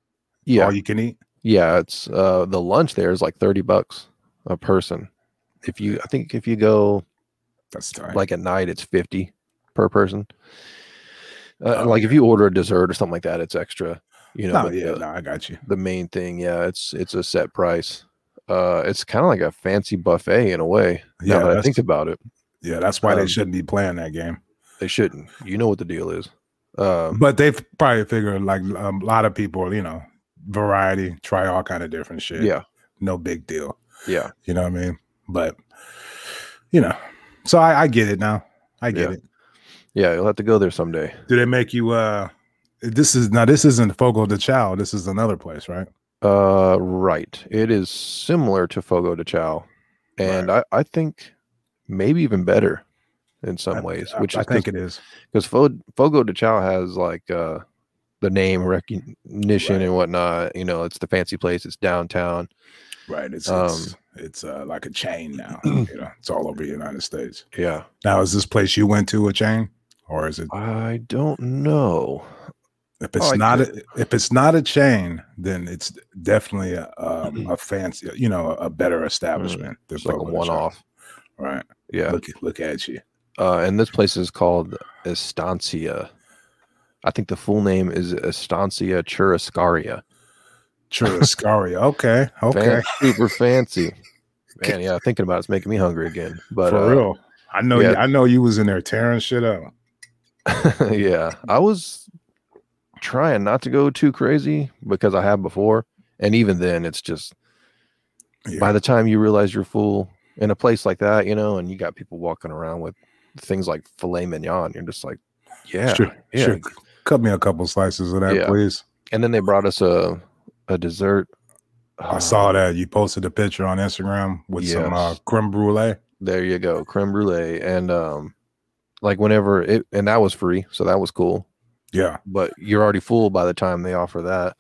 [SPEAKER 1] Yeah,
[SPEAKER 2] all you can eat.
[SPEAKER 1] yeah. It's uh, the lunch there is like thirty bucks a person. If you, I think if you go
[SPEAKER 2] That's tight.
[SPEAKER 1] like at night, it's fifty per person. Uh,
[SPEAKER 2] Oh,
[SPEAKER 1] like if you order a dessert or something like that, it's extra. You know,
[SPEAKER 2] no,
[SPEAKER 1] but
[SPEAKER 2] yeah,
[SPEAKER 1] the-
[SPEAKER 2] no, I got you.
[SPEAKER 1] the main thing. Yeah, it's it's a set price. Uh, it's kind of like a fancy buffet in a way.
[SPEAKER 2] Yeah,
[SPEAKER 1] now that I
[SPEAKER 2] that's-
[SPEAKER 1] think about it,
[SPEAKER 2] Yeah, that's why they
[SPEAKER 1] Um,
[SPEAKER 2] shouldn't be playing that game.
[SPEAKER 1] they shouldn't. You know what the deal is. Um,
[SPEAKER 2] But they probably figure like um, a lot of people, you know, variety, try all kind of different shit.
[SPEAKER 1] Yeah.
[SPEAKER 2] No big deal.
[SPEAKER 1] Yeah.
[SPEAKER 2] You know what I mean? But you know, so I, I get it now. I get
[SPEAKER 1] Yeah.
[SPEAKER 2] it.
[SPEAKER 1] Yeah. You'll have to go there someday.
[SPEAKER 2] Do they make you uh this is now this isn't Fogo de Chao, this is another place, right?
[SPEAKER 1] Uh, right. It is similar to Fogo de Chao, and I, I think maybe even better in some
[SPEAKER 2] I-
[SPEAKER 1] ways.
[SPEAKER 2] I-
[SPEAKER 1] Which
[SPEAKER 2] I,
[SPEAKER 1] is
[SPEAKER 2] think it is.
[SPEAKER 1] because Fogo de Chao has like uh the name recognition
[SPEAKER 2] Right.
[SPEAKER 1] and whatnot. You know, it's the fancy place. It's downtown.
[SPEAKER 2] Right. It's
[SPEAKER 1] Um,
[SPEAKER 2] it's, it's uh, like a chain
[SPEAKER 1] <clears throat>
[SPEAKER 2] now. you know, it's all over the United States.
[SPEAKER 1] Yeah.
[SPEAKER 2] Now is this place you went to a chain? Or is it
[SPEAKER 1] I don't know.
[SPEAKER 2] if it's
[SPEAKER 1] I
[SPEAKER 2] not
[SPEAKER 1] could-
[SPEAKER 2] a, if it's not a chain, then it's definitely a, um, a fancy, you know, a better establishment.
[SPEAKER 1] Mm-hmm.
[SPEAKER 2] than
[SPEAKER 1] It's like a
[SPEAKER 2] Fogo de Chao.
[SPEAKER 1] one-off.
[SPEAKER 2] right?
[SPEAKER 1] Yeah.
[SPEAKER 2] Look, look at you.
[SPEAKER 1] Uh, and this place is called Estancia. I think the full name is Estancia Churrascaria. <laughs>
[SPEAKER 2] Churrascaria. okay. Okay.
[SPEAKER 1] Fan- super fancy. Man, yeah, thinking about it, it's making me hungry again. But
[SPEAKER 2] For
[SPEAKER 1] uh,
[SPEAKER 2] real. I know
[SPEAKER 1] yeah.
[SPEAKER 2] you, I know you was in there tearing shit up.
[SPEAKER 1] <laughs> yeah, I was trying not to go too crazy because I have before, and even then, it's just
[SPEAKER 2] Yeah.
[SPEAKER 1] by the time you realize you're full in a place like that, you know, and you got people walking around with things like filet mignon, you're just like, yeah,
[SPEAKER 2] sure.
[SPEAKER 1] yeah.
[SPEAKER 2] Sure. Cut me a couple slices of that,
[SPEAKER 1] Yeah.
[SPEAKER 2] please.
[SPEAKER 1] And then they brought us a a dessert. Ah,
[SPEAKER 2] I saw that you posted a picture on Instagram with some uh,
[SPEAKER 1] Uh-huh. Yes.
[SPEAKER 2] creme brulee.
[SPEAKER 1] There you go, creme brulee, and um, like whenever it, and that was free, so that was cool.
[SPEAKER 2] Yeah,
[SPEAKER 1] But you're already full by the time they offer that.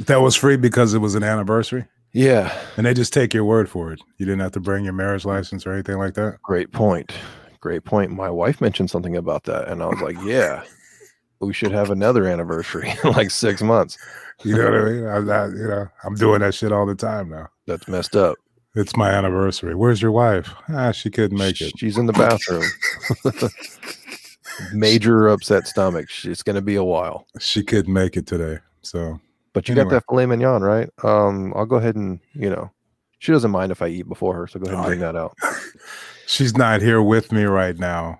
[SPEAKER 2] that was free because it was an anniversary,
[SPEAKER 1] Yeah,
[SPEAKER 2] and they just take your word for it. You didn't have to bring your marriage license or anything like that.
[SPEAKER 1] great point. Great point. My wife mentioned something about that, and I was like, yeah, we should have another anniversary in like six months.
[SPEAKER 2] You know what I mean? I'm not, you know, I'm doing that shit all the time now.
[SPEAKER 1] That's messed up.
[SPEAKER 2] It's my anniversary. Where's your wife? Ah, she couldn't make it.
[SPEAKER 1] She's in the
[SPEAKER 2] <laughs>
[SPEAKER 1] bathroom. Major upset stomach. It's going to be a while.
[SPEAKER 2] She couldn't make it today. So
[SPEAKER 1] But you got
[SPEAKER 2] Anyway.
[SPEAKER 1] that filet mignon, right? Um, I'll go ahead and you know, she doesn't mind if I eat before her, so go ahead and
[SPEAKER 2] Oh,
[SPEAKER 1] bring that out.
[SPEAKER 2] she's not here with me right
[SPEAKER 1] <laughs>
[SPEAKER 2] now.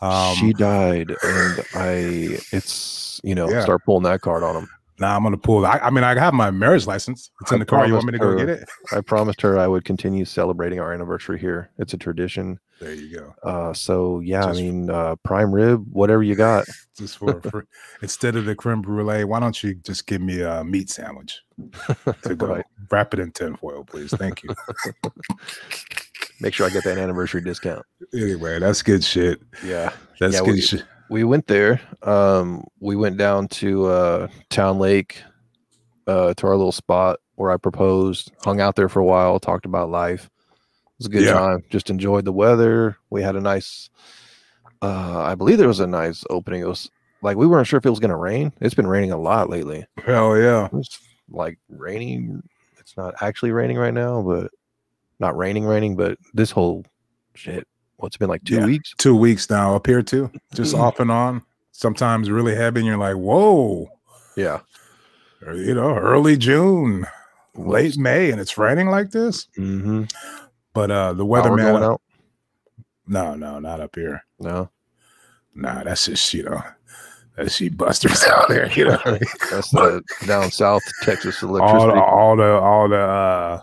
[SPEAKER 2] Um,
[SPEAKER 1] she died, and I, it's you know,
[SPEAKER 2] Yeah.
[SPEAKER 1] start pulling that card on him.
[SPEAKER 2] nah, I'm gonna pull. I, I mean, I have my marriage license. It's in
[SPEAKER 1] I
[SPEAKER 2] the car. You want me to go
[SPEAKER 1] promised
[SPEAKER 2] get it?
[SPEAKER 1] I promised her I would continue celebrating our anniversary here. It's a tradition.
[SPEAKER 2] There you go.
[SPEAKER 1] Uh, so yeah,
[SPEAKER 2] Just-
[SPEAKER 1] I mean, uh, prime rib, whatever you got.
[SPEAKER 2] Just
[SPEAKER 1] <laughs>
[SPEAKER 2] for, for instead of the creme brulee, why don't you just give me a meat sandwich to go?
[SPEAKER 1] Right.
[SPEAKER 2] Wrap it in tinfoil, please. Thank you.
[SPEAKER 1] Make sure I get that anniversary discount.
[SPEAKER 2] anyway, that's good shit.
[SPEAKER 1] Yeah,
[SPEAKER 2] That's
[SPEAKER 1] Yeah,
[SPEAKER 2] good
[SPEAKER 1] we-
[SPEAKER 2] shit.
[SPEAKER 1] we went there. Um, we went down to uh, Town Lake, uh, to our little spot where I proposed. Hung out there for a while, talked about life. It was a good
[SPEAKER 2] Yeah.
[SPEAKER 1] time. Just enjoyed the weather. We had a nice. Uh, I believe there was a nice opening. It was like we weren't sure if it was going to rain. It's been raining a lot lately.
[SPEAKER 2] Hell yeah.
[SPEAKER 1] It's like raining. It's not actually raining right now, but not raining, raining. But this whole shit, what's it been like two
[SPEAKER 2] Yeah.
[SPEAKER 1] weeks?
[SPEAKER 2] Two weeks now up here too,
[SPEAKER 1] Mm-hmm.
[SPEAKER 2] just off and on. Sometimes really heavy, and you're like, whoa.
[SPEAKER 1] Yeah,
[SPEAKER 2] Or, You know, early June, late May, and it's raining like this.
[SPEAKER 1] Mm-hmm.
[SPEAKER 2] But uh the
[SPEAKER 1] Weather
[SPEAKER 2] weatherman,
[SPEAKER 1] going out?
[SPEAKER 2] no, no, not up here.
[SPEAKER 1] No,
[SPEAKER 2] Nah, that's just you know, that's she busters <laughs> out there. You know, what I mean?
[SPEAKER 1] that's the down south Texas
[SPEAKER 2] all the
[SPEAKER 1] electricity. <laughs>
[SPEAKER 2] all the all the uh,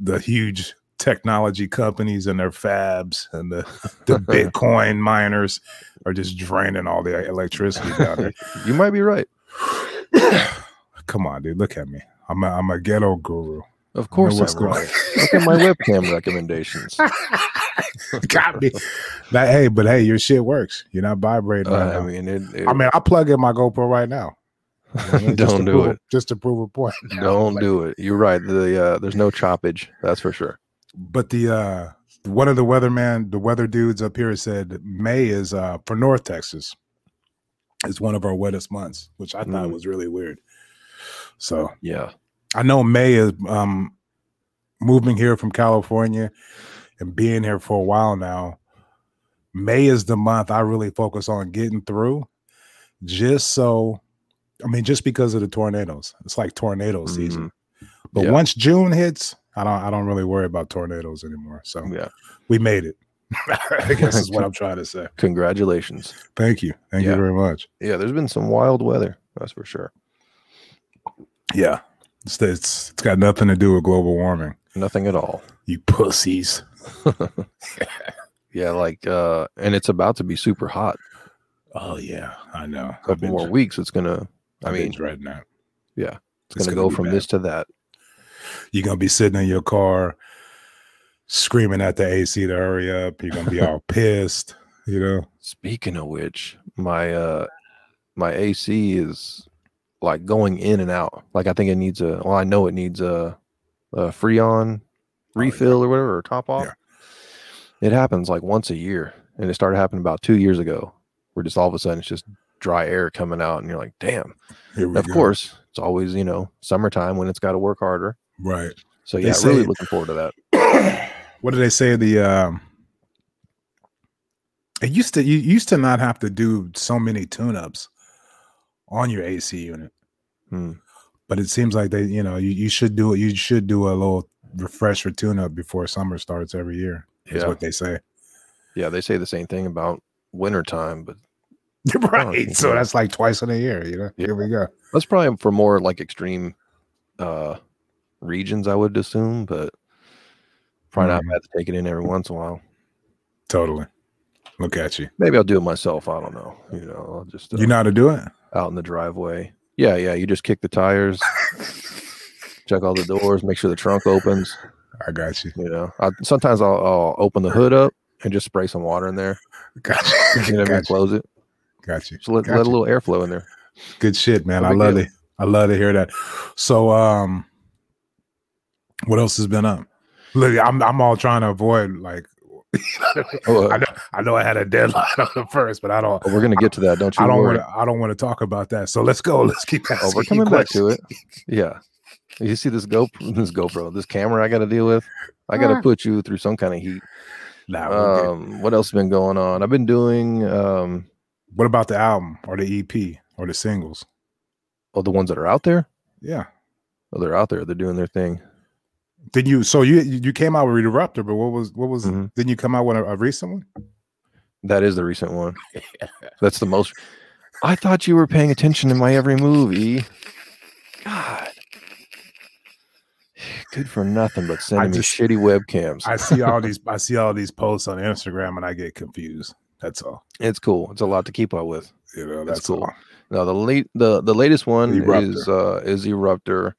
[SPEAKER 2] the huge technology companies and their fabs and the the
[SPEAKER 1] <laughs>
[SPEAKER 2] Bitcoin miners are just draining all the electricity
[SPEAKER 1] <laughs>
[SPEAKER 2] down there.
[SPEAKER 1] you might be right.
[SPEAKER 2] Come on, dude, look at me. I'm a, I'm a ghetto guru.
[SPEAKER 1] Of
[SPEAKER 2] I know
[SPEAKER 1] course,
[SPEAKER 2] what's
[SPEAKER 1] I'm
[SPEAKER 2] going- <laughs>
[SPEAKER 1] right. Look at my webcam recommendations.
[SPEAKER 2] <laughs> Got me. But hey, but hey, your shit works. You're not vibrating.
[SPEAKER 1] Uh,
[SPEAKER 2] right
[SPEAKER 1] I
[SPEAKER 2] now.
[SPEAKER 1] mean, it, it-
[SPEAKER 2] I mean, I plug in my GoPro right now. You
[SPEAKER 1] <laughs>
[SPEAKER 2] know what I mean? Just to
[SPEAKER 1] Don't do
[SPEAKER 2] prove a-
[SPEAKER 1] it.
[SPEAKER 2] just to prove a point.
[SPEAKER 1] don't
[SPEAKER 2] Like,
[SPEAKER 1] do it. You're right. The uh, there's no choppage. That's for sure.
[SPEAKER 2] But the uh one of the weatherman, the weather dudes up here said May is uh for North Texas. It's one of our wettest months, which I thought
[SPEAKER 1] Mm.
[SPEAKER 2] was really weird. So
[SPEAKER 1] Yeah.
[SPEAKER 2] I know May is um moving here from California and being here for a while now. May is the month I really focus on getting through just so I mean just because of the tornadoes. It's like tornado season. But
[SPEAKER 1] Mm-hmm. Yeah.
[SPEAKER 2] once June hits, I don't I don't really worry about tornadoes anymore. So
[SPEAKER 1] Mhm. Yeah.
[SPEAKER 2] we made it. <laughs> I guess
[SPEAKER 1] <laughs>
[SPEAKER 2] is what I'm trying to say.
[SPEAKER 1] Congratulations.
[SPEAKER 2] Thank you. Thank
[SPEAKER 1] Yeah.
[SPEAKER 2] you very much.
[SPEAKER 1] Yeah, there's been some wild weather. That's for sure.
[SPEAKER 2] Yeah. It's, it's it's got nothing to do with global warming.
[SPEAKER 1] Nothing at all.
[SPEAKER 2] You pussies.
[SPEAKER 1] Yeah, like uh and it's about to be super hot.
[SPEAKER 2] Oh yeah, I know.
[SPEAKER 1] A couple more weeks it's gonna I mean it's,
[SPEAKER 2] right now
[SPEAKER 1] yeah, gonna, go from this to that.
[SPEAKER 2] You're gonna be sitting in your car, screaming at the AC to hurry up. You're gonna be
[SPEAKER 1] <laughs>
[SPEAKER 2] all pissed. You know.
[SPEAKER 1] Speaking of which, my uh my AC is like going in and out. Like I think it needs a well, I know it needs a, a Freon
[SPEAKER 2] yeah.
[SPEAKER 1] refill or whatever or top off. It happens like once a year and it started happening about two years ago where just all of a sudden it's just dry air coming out and you're like, damn.
[SPEAKER 2] Here we
[SPEAKER 1] Of
[SPEAKER 2] go.
[SPEAKER 1] course, it's always, you know, summertime when it's gotta work harder.
[SPEAKER 2] Right.
[SPEAKER 1] So
[SPEAKER 2] They
[SPEAKER 1] yeah,
[SPEAKER 2] say-
[SPEAKER 1] really looking forward to that.
[SPEAKER 2] what do they say? The um, it used to you used to not have to do so many tune-ups on your AC unit,
[SPEAKER 1] Hmm.
[SPEAKER 2] but it seems like they you know you, you should do it. You should do a little refresher tune-up before summer starts every year. Is
[SPEAKER 1] Yeah.
[SPEAKER 2] what they say.
[SPEAKER 1] Yeah, they say the same thing about wintertime, but
[SPEAKER 2] <laughs> right. So
[SPEAKER 1] yeah.
[SPEAKER 2] that's like twice in a year. You know.
[SPEAKER 1] Yeah.
[SPEAKER 2] Here we go.
[SPEAKER 1] That's probably for more like extreme uh regions, I would assume, but probably
[SPEAKER 2] Hmm.
[SPEAKER 1] not bad to take it in every once in a while.
[SPEAKER 2] Totally. Look at you.
[SPEAKER 1] Maybe I'll do it myself. I don't know. You know, I'll just uh,
[SPEAKER 2] You know how to do it.
[SPEAKER 1] out in the driveway. Yeah, yeah. You just kick the
[SPEAKER 2] <laughs>
[SPEAKER 1] tires, check all the doors, make sure the trunk opens.
[SPEAKER 2] I got you. <laughs>
[SPEAKER 1] You know, I, sometimes I'll, I'll open the hood up and just spray some water in there.
[SPEAKER 2] Got
[SPEAKER 1] You
[SPEAKER 2] you.
[SPEAKER 1] know, what I mean?
[SPEAKER 2] <laughs> got, you.
[SPEAKER 1] close it.
[SPEAKER 2] got you.
[SPEAKER 1] Just let,
[SPEAKER 2] Got
[SPEAKER 1] let a
[SPEAKER 2] you.
[SPEAKER 1] little airflow in there.
[SPEAKER 2] Good shit, man.
[SPEAKER 1] No
[SPEAKER 2] I
[SPEAKER 1] big
[SPEAKER 2] love
[SPEAKER 1] deal.
[SPEAKER 2] it. I love to hear that. So, um, what else has been up? Look, I'm I'm all trying to avoid like
[SPEAKER 1] Oh,
[SPEAKER 2] I
[SPEAKER 1] uh,
[SPEAKER 2] know I know I had a deadline <laughs> on the first, but I don't
[SPEAKER 1] Oh, we're gonna get to that. Don't you
[SPEAKER 2] I don't
[SPEAKER 1] worry.
[SPEAKER 2] want to I don't want to talk about that. So let's go. <laughs> Let's keep asking.
[SPEAKER 1] Oh, we're
[SPEAKER 2] you
[SPEAKER 1] coming back to
[SPEAKER 2] questions. <laughs>
[SPEAKER 1] it. Yeah. You see this GoPro, this GoPro, this camera I got to deal with. I got to
[SPEAKER 2] Ah.
[SPEAKER 1] put you through some kind of heat.
[SPEAKER 2] Nah, we're good.
[SPEAKER 1] Um, what else has been going on? I've been doing um,
[SPEAKER 2] what about the album or the EP or the singles?
[SPEAKER 1] oh the ones that are out there.
[SPEAKER 2] Yeah.
[SPEAKER 1] Oh, they're out there. They're doing their thing.
[SPEAKER 2] Did you so you you came out with Eruptor, but what was what was
[SPEAKER 1] Mhm.
[SPEAKER 2] didn't you come out with a, a recent one?
[SPEAKER 1] That is the recent
[SPEAKER 2] <laughs>
[SPEAKER 1] one. That's the most. I thought you were paying attention to my every move, E. God. <sighs> Good for nothing but sending
[SPEAKER 2] just-
[SPEAKER 1] me shitty webcams.
[SPEAKER 2] I see all these I see all these posts on Instagram and I get confused. That's all.
[SPEAKER 1] it's cool. It's a lot to keep up with.
[SPEAKER 2] You know,
[SPEAKER 1] That's
[SPEAKER 2] that's,
[SPEAKER 1] cool.
[SPEAKER 2] all.
[SPEAKER 1] No, the late the the latest one
[SPEAKER 2] Eruptor.
[SPEAKER 1] is uh is Eruptor.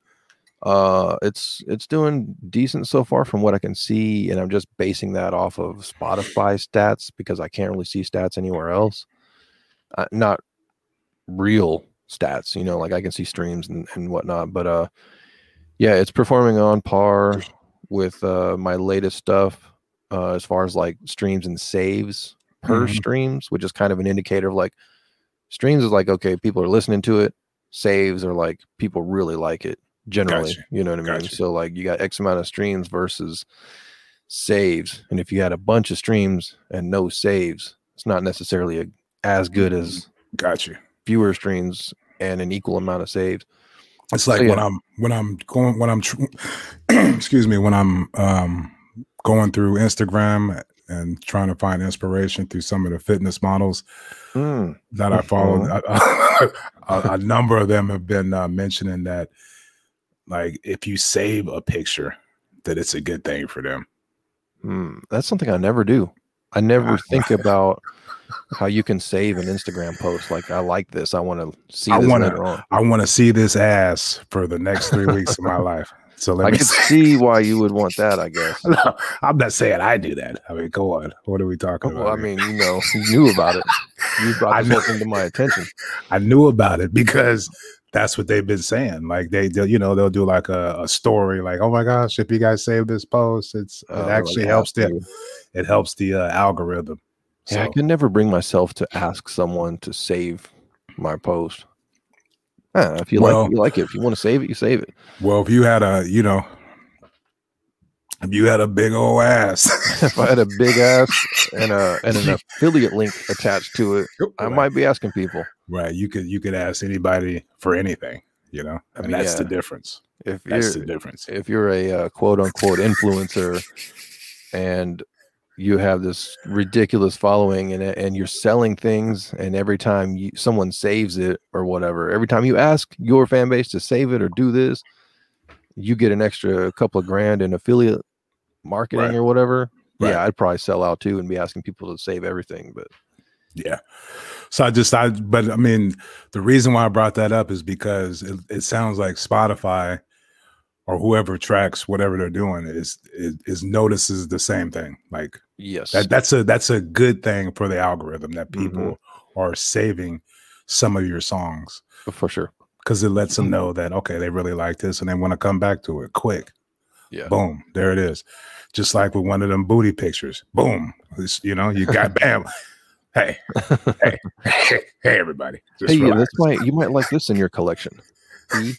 [SPEAKER 1] Uh it's it's doing decent so far from what I can see, and I'm just basing that off of Spotify stats because I can't really see stats anywhere else. Uh, not real stats, you know, like I can see streams and, and whatnot, but uh yeah, it's performing on par with uh my latest stuff uh as far as like streams and saves per
[SPEAKER 2] Mhm.
[SPEAKER 1] streams, which is kind of an indicator of like streams is like okay people are listening to it saves are like people really like it generally
[SPEAKER 2] Gotcha.
[SPEAKER 1] you know what i mean
[SPEAKER 2] Gotcha.
[SPEAKER 1] so like you got x amount of streams versus saves and if you had a bunch of streams and no saves it's not necessarily a, as good
[SPEAKER 2] Mm-hmm.
[SPEAKER 1] as
[SPEAKER 2] Got you.
[SPEAKER 1] fewer streams and an equal amount of saves
[SPEAKER 2] It's like
[SPEAKER 1] So,
[SPEAKER 2] when
[SPEAKER 1] yeah.
[SPEAKER 2] I'm when I'm going when I'm tr- <clears throat> excuse me when I'm um going through Instagram and trying to find inspiration through some of the fitness models Hmm.
[SPEAKER 1] Mm,
[SPEAKER 2] that I follow.
[SPEAKER 1] Mhm.
[SPEAKER 2] <laughs> a, a number of them have been uh, mentioning that like if you save a picture, that it's a good thing for them.
[SPEAKER 1] mm, that's something i never do i never
[SPEAKER 2] <laughs> Ah.
[SPEAKER 1] think about how you can save an instagram post like i like this i want to see
[SPEAKER 2] I
[SPEAKER 1] this
[SPEAKER 2] wanna-
[SPEAKER 1] later on
[SPEAKER 2] I want to see this ass for the next three weeks <laughs> of my life. So <laughs> let
[SPEAKER 1] i
[SPEAKER 2] me.
[SPEAKER 1] could
[SPEAKER 2] <laughs>
[SPEAKER 1] see why you would want that i guess
[SPEAKER 2] No, I'm not saying I do that. I mean, go on. What are we talking about?
[SPEAKER 1] Well, Oh, I
[SPEAKER 2] here?
[SPEAKER 1] mean, you
[SPEAKER 2] <laughs>
[SPEAKER 1] know, <laughs> you knew about it. You
[SPEAKER 2] I
[SPEAKER 1] brought this
[SPEAKER 2] know.
[SPEAKER 1] whole thing to my
[SPEAKER 2] <laughs>
[SPEAKER 1] attention.
[SPEAKER 2] I knew about it because that's what they've been saying. Like they, they'll- you know, they'll do like a, a story, like, "Oh my gosh, if you guys save this post, it's
[SPEAKER 1] Uh,
[SPEAKER 2] it actually
[SPEAKER 1] like,
[SPEAKER 2] helps
[SPEAKER 1] ask
[SPEAKER 2] the
[SPEAKER 1] you.
[SPEAKER 2] it helps the uh, algorithm."
[SPEAKER 1] Yeah, I
[SPEAKER 2] So,
[SPEAKER 1] could never bring myself to ask someone to save my post. I don't know, if you like
[SPEAKER 2] Well-
[SPEAKER 1] it, you like it. If you want to save it, you save it.
[SPEAKER 2] well, if you had a, you know, if you had a big old ass,
[SPEAKER 1] If I had a big ass and a and
[SPEAKER 2] <laughs>
[SPEAKER 1] an affiliate link attached to it, <laughs> I
[SPEAKER 2] Right,
[SPEAKER 1] might be asking people
[SPEAKER 2] Right, you could you could ask anybody for anything, you know,
[SPEAKER 1] I
[SPEAKER 2] and
[SPEAKER 1] mean,
[SPEAKER 2] that's the
[SPEAKER 1] yeah.
[SPEAKER 2] difference.
[SPEAKER 1] if
[SPEAKER 2] That's the
[SPEAKER 1] you're
[SPEAKER 2] difference.
[SPEAKER 1] if you're a uh, quote unquote influencer and you have this ridiculous following and uh, and you're selling things and every time you, someone saves it or whatever every time you ask your fan base to save it or do this you get an extra couple of grand in affiliate marketing
[SPEAKER 2] Right.
[SPEAKER 1] or whatever
[SPEAKER 2] Right.
[SPEAKER 1] yeah i'd probably sell out too and be asking people to save everything but
[SPEAKER 2] Yeah. So I just I but I mean the reason why I brought that up is because it, it sounds like Spotify or whoever tracks whatever they're doing is is, is notices the same thing. Like
[SPEAKER 1] yes
[SPEAKER 2] that, that's a that's a good thing for the algorithm that
[SPEAKER 1] Mhm.
[SPEAKER 2] people are saving some of your songs
[SPEAKER 1] for sure
[SPEAKER 2] because it lets them know that okay they really like this and they want to come back to it quick.
[SPEAKER 1] yeah
[SPEAKER 2] Boom, there it is. Just like with one of them booty pictures. Boom, It's, you know you got bam. Hey, hey, hey, everybody. Just
[SPEAKER 1] hey yeah,
[SPEAKER 2] relax.
[SPEAKER 1] this might you might like this in your collection See?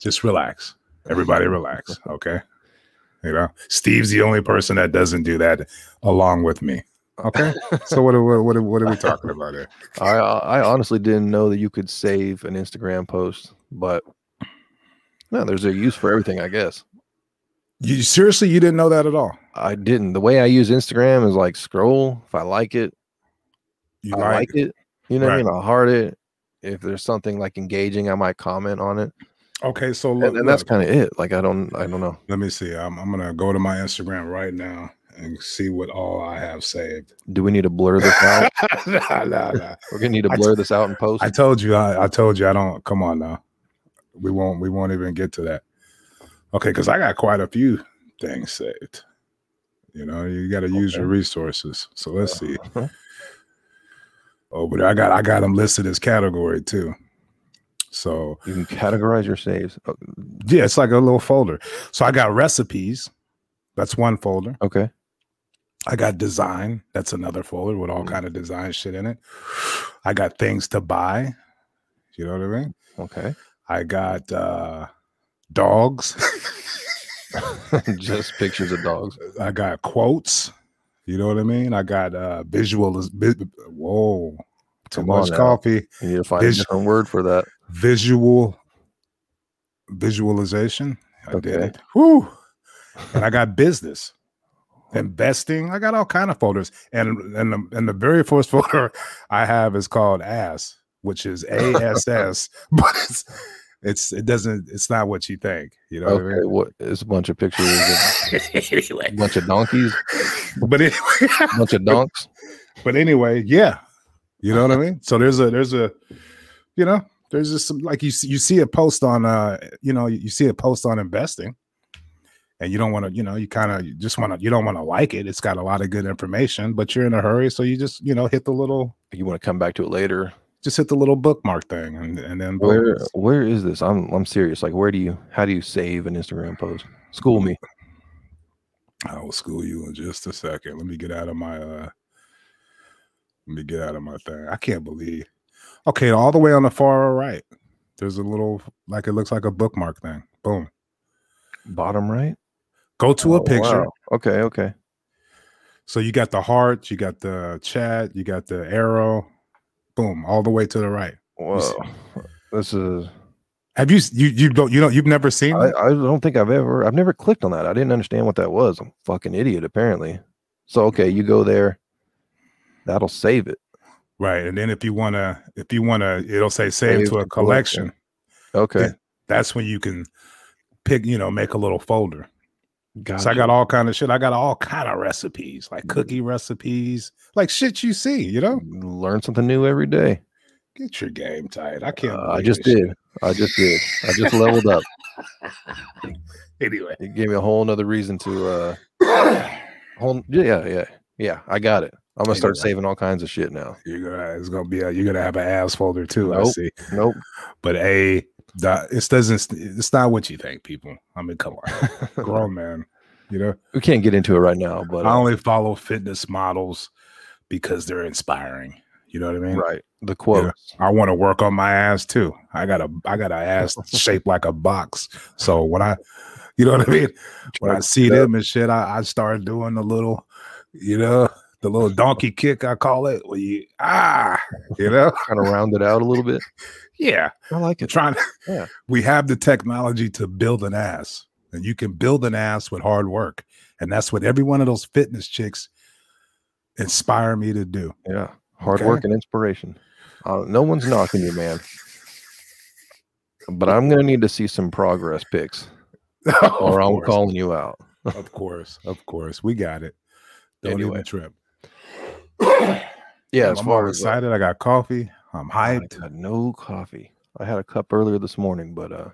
[SPEAKER 2] just relax. Everybody relax. Okay. You know, Steve's the only person that doesn't do that along with me. Okay. so what are, what, what, are, what are we talking about here?
[SPEAKER 1] I I honestly didn't know that you could save an Instagram post, but no, there's a use for everything, I guess.
[SPEAKER 2] You seriously, you didn't know that at all.
[SPEAKER 1] I didn't. The way I use Instagram is like scroll. If I like it,
[SPEAKER 2] You
[SPEAKER 1] I like it. You know what I
[SPEAKER 2] Right.
[SPEAKER 1] mean? I'll heart it. If there's something like engaging, I might comment on it.
[SPEAKER 2] Okay. So
[SPEAKER 1] And,
[SPEAKER 2] look,
[SPEAKER 1] and that's
[SPEAKER 2] look,
[SPEAKER 1] kind of it. Like I don't I don't know.
[SPEAKER 2] let me see. I'm, I'm going to go to my Instagram right now and see what all I have saved. <laughs>
[SPEAKER 1] Do we need to blur this out?
[SPEAKER 2] nah, nah, nah.
[SPEAKER 1] We're gonna need to
[SPEAKER 2] I t-
[SPEAKER 1] blur this out and post.
[SPEAKER 2] I told you. I, I told you. I don't. Come on now. We won't. We won't even get to that. Okay, because I got quite a few things saved. You know, you got to use
[SPEAKER 1] Okay. Uh-huh.
[SPEAKER 2] your resources. So let's see. Oh, but I got I got them listed as category too. So
[SPEAKER 1] You can categorize your saves. Oh,
[SPEAKER 2] yeah, it's like a little folder. So I got recipes. That's one folder.
[SPEAKER 1] Okay.
[SPEAKER 2] I got design. That's another folder with all
[SPEAKER 1] Mm.
[SPEAKER 2] kind of design shit in it. I got things to buy. You know what I mean?
[SPEAKER 1] Okay. <laughs>
[SPEAKER 2] I got uh dogs.
[SPEAKER 1] <laughs> Just pictures of dogs.
[SPEAKER 2] I got quotes. You know what I mean? I got uh visual. Whoa, too
[SPEAKER 1] Come on
[SPEAKER 2] much
[SPEAKER 1] now.
[SPEAKER 2] coffee.
[SPEAKER 1] You need to find a
[SPEAKER 2] Visu-
[SPEAKER 1] different word for that.
[SPEAKER 2] Visual visualization. I did
[SPEAKER 1] Okay.
[SPEAKER 2] it. Whew. And I got business, investing. I got all kind of folders. And and the, and the very first <laughs> folder I have is called ass, which is A S S, <laughs> but it's, it's it doesn't. It's not what you think. You know what I
[SPEAKER 1] Okay,
[SPEAKER 2] mean?
[SPEAKER 1] what it's a bunch of pictures of a
[SPEAKER 2] <laughs> anyway,
[SPEAKER 1] bunch of donkeys,
[SPEAKER 2] but anyway. <laughs>
[SPEAKER 1] bunch of donks.
[SPEAKER 2] but anyway, yeah, you know what I mean. So there's a there's a you know there's just some like you see- you see a post on uh you know you see a post on investing, and you don't want to you know you kind of you just want to you don't want to like it. It's got a lot of good information, but you're in a hurry, so you just you know hit the little
[SPEAKER 1] You want to come back to it later.
[SPEAKER 2] just hit the little bookmark thing, and and then boom,
[SPEAKER 1] Where
[SPEAKER 2] it's-
[SPEAKER 1] where is this? I'm I'm serious. Like where do you how do you save an Instagram post? School me.
[SPEAKER 2] I will school you in just a second. Let me get out of my uh let me get out of my thing. I can't believe. Okay, all the way on the far right. There's a little like it looks like a bookmark thing. Boom.
[SPEAKER 1] Bottom right?
[SPEAKER 2] Go to
[SPEAKER 1] Oh,
[SPEAKER 2] a picture.
[SPEAKER 1] wow. Okay, okay.
[SPEAKER 2] So you got the heart, you got the chat, you got the arrow. Boom, all the way to the right. see-
[SPEAKER 1] Whoa. This is
[SPEAKER 2] Have you s- you you don't you don't you've never seen
[SPEAKER 1] I,
[SPEAKER 2] that?
[SPEAKER 1] I don't think I've ever I've never clicked on that. I didn't understand what that was. I'm a fucking idiot apparently. So okay, you go there. That'll save it.
[SPEAKER 2] Right. And then if you wanna if you wanna it'll say save,
[SPEAKER 1] Save
[SPEAKER 2] to a
[SPEAKER 1] to collection.
[SPEAKER 2] collection.
[SPEAKER 1] Okay.
[SPEAKER 2] That's when you can pick, you know, make a little folder.
[SPEAKER 1] Gotcha.
[SPEAKER 2] So I got all kind of shit. I got all kind of recipes, like
[SPEAKER 1] Mm-hmm.
[SPEAKER 2] cookie recipes, like shit you see. You know,
[SPEAKER 1] learn something new every day.
[SPEAKER 2] get your game tight. I can't.
[SPEAKER 1] Uh, I
[SPEAKER 2] believe
[SPEAKER 1] just
[SPEAKER 2] this shit.
[SPEAKER 1] did. I just did. I just leveled up.
[SPEAKER 2] Anyway,
[SPEAKER 1] It gave me a whole nother reason to uh whole yeah, yeah, yeah. I got it. I'm gonna start
[SPEAKER 2] Anyway.
[SPEAKER 1] saving all kinds of shit now.
[SPEAKER 2] you're gonna. It's gonna be. A, you're gonna have an ass folder too. I
[SPEAKER 1] Nope.
[SPEAKER 2] see.
[SPEAKER 1] Nope.
[SPEAKER 2] But a, the, it doesn't. It's not what you think, people. I mean, come on, <laughs>
[SPEAKER 1] <laughs>
[SPEAKER 2] grown man. You know,
[SPEAKER 1] we can't get into it right now, but
[SPEAKER 2] I
[SPEAKER 1] uh,
[SPEAKER 2] only follow fitness models because they're inspiring. You know what I mean?
[SPEAKER 1] right. The quotes.
[SPEAKER 2] I want to work on my ass too. I got a I got an
[SPEAKER 1] <laughs>
[SPEAKER 2] ass shaped like a box. So when I you know what I mean? When I see them and shit, I, I start doing the little, you know,
[SPEAKER 1] <laughs>
[SPEAKER 2] the little donkey kick I call it. Where you ah, you know? <laughs>
[SPEAKER 1] Kind of round it out a little bit.
[SPEAKER 2] Yeah.
[SPEAKER 1] I like it.
[SPEAKER 2] Trying
[SPEAKER 1] <laughs> Yeah.
[SPEAKER 2] <laughs> we have the technology to build an ass. And you can build an ass with hard work. And that's what every one of those fitness chicks inspire me to do. <laughs>
[SPEAKER 1] Yeah. Hard
[SPEAKER 2] Okay.
[SPEAKER 1] work and inspiration. Uh, no one's knocking you, man. But I'm going to need to see some progress pics or
[SPEAKER 2] Of
[SPEAKER 1] I'm
[SPEAKER 2] course,
[SPEAKER 1] calling you out.
[SPEAKER 2] Of course, of course, we got it. Don't
[SPEAKER 1] Anyway.
[SPEAKER 2] even trip.
[SPEAKER 1] Yeah.
[SPEAKER 2] I'm all excited. I got coffee. I'm
[SPEAKER 1] uh, I
[SPEAKER 2] hyped.
[SPEAKER 1] got no coffee. I had a cup earlier this morning, but uh,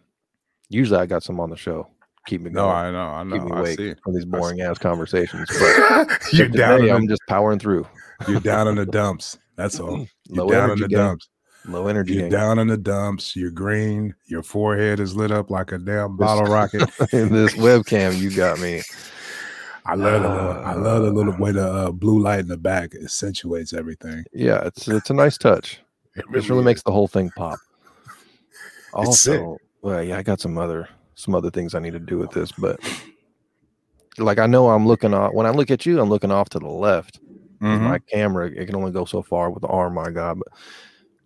[SPEAKER 1] usually I got some on the show. Keep me
[SPEAKER 2] No,
[SPEAKER 1] going.
[SPEAKER 2] I know, I
[SPEAKER 1] keep
[SPEAKER 2] know.
[SPEAKER 1] me
[SPEAKER 2] I
[SPEAKER 1] awake
[SPEAKER 2] see.
[SPEAKER 1] from these
[SPEAKER 2] I see.
[SPEAKER 1] boring ass conversations.
[SPEAKER 2] <laughs>
[SPEAKER 1] But
[SPEAKER 2] you're
[SPEAKER 1] but
[SPEAKER 2] down.
[SPEAKER 1] today
[SPEAKER 2] In
[SPEAKER 1] I'm
[SPEAKER 2] the,
[SPEAKER 1] just powering through. <laughs>
[SPEAKER 2] you're down in the dumps. That's all. You're
[SPEAKER 1] Low
[SPEAKER 2] down in
[SPEAKER 1] energy,
[SPEAKER 2] the
[SPEAKER 1] gang.
[SPEAKER 2] dumps.
[SPEAKER 1] Low energy.
[SPEAKER 2] You're
[SPEAKER 1] gang. <laughs>
[SPEAKER 2] down in the dumps. You're green. Your forehead is lit up like a damn bottle
[SPEAKER 1] <laughs>
[SPEAKER 2] rocket.
[SPEAKER 1] this webcam you got me.
[SPEAKER 2] I love the little, I love the
[SPEAKER 1] Ah.
[SPEAKER 2] little way the uh, blue light in the back accentuates everything.
[SPEAKER 1] Yeah, it's it's a nice touch.
[SPEAKER 2] It
[SPEAKER 1] It really makes the whole thing pop.
[SPEAKER 2] <laughs> It's sick.
[SPEAKER 1] Also, well, yeah, I got some other some other things I need to do with this, but like I know I'm looking off when I look at you, I'm looking off to the left. 'cause
[SPEAKER 2] Mhm.
[SPEAKER 1] My camera it can only go so far with the arm I got, but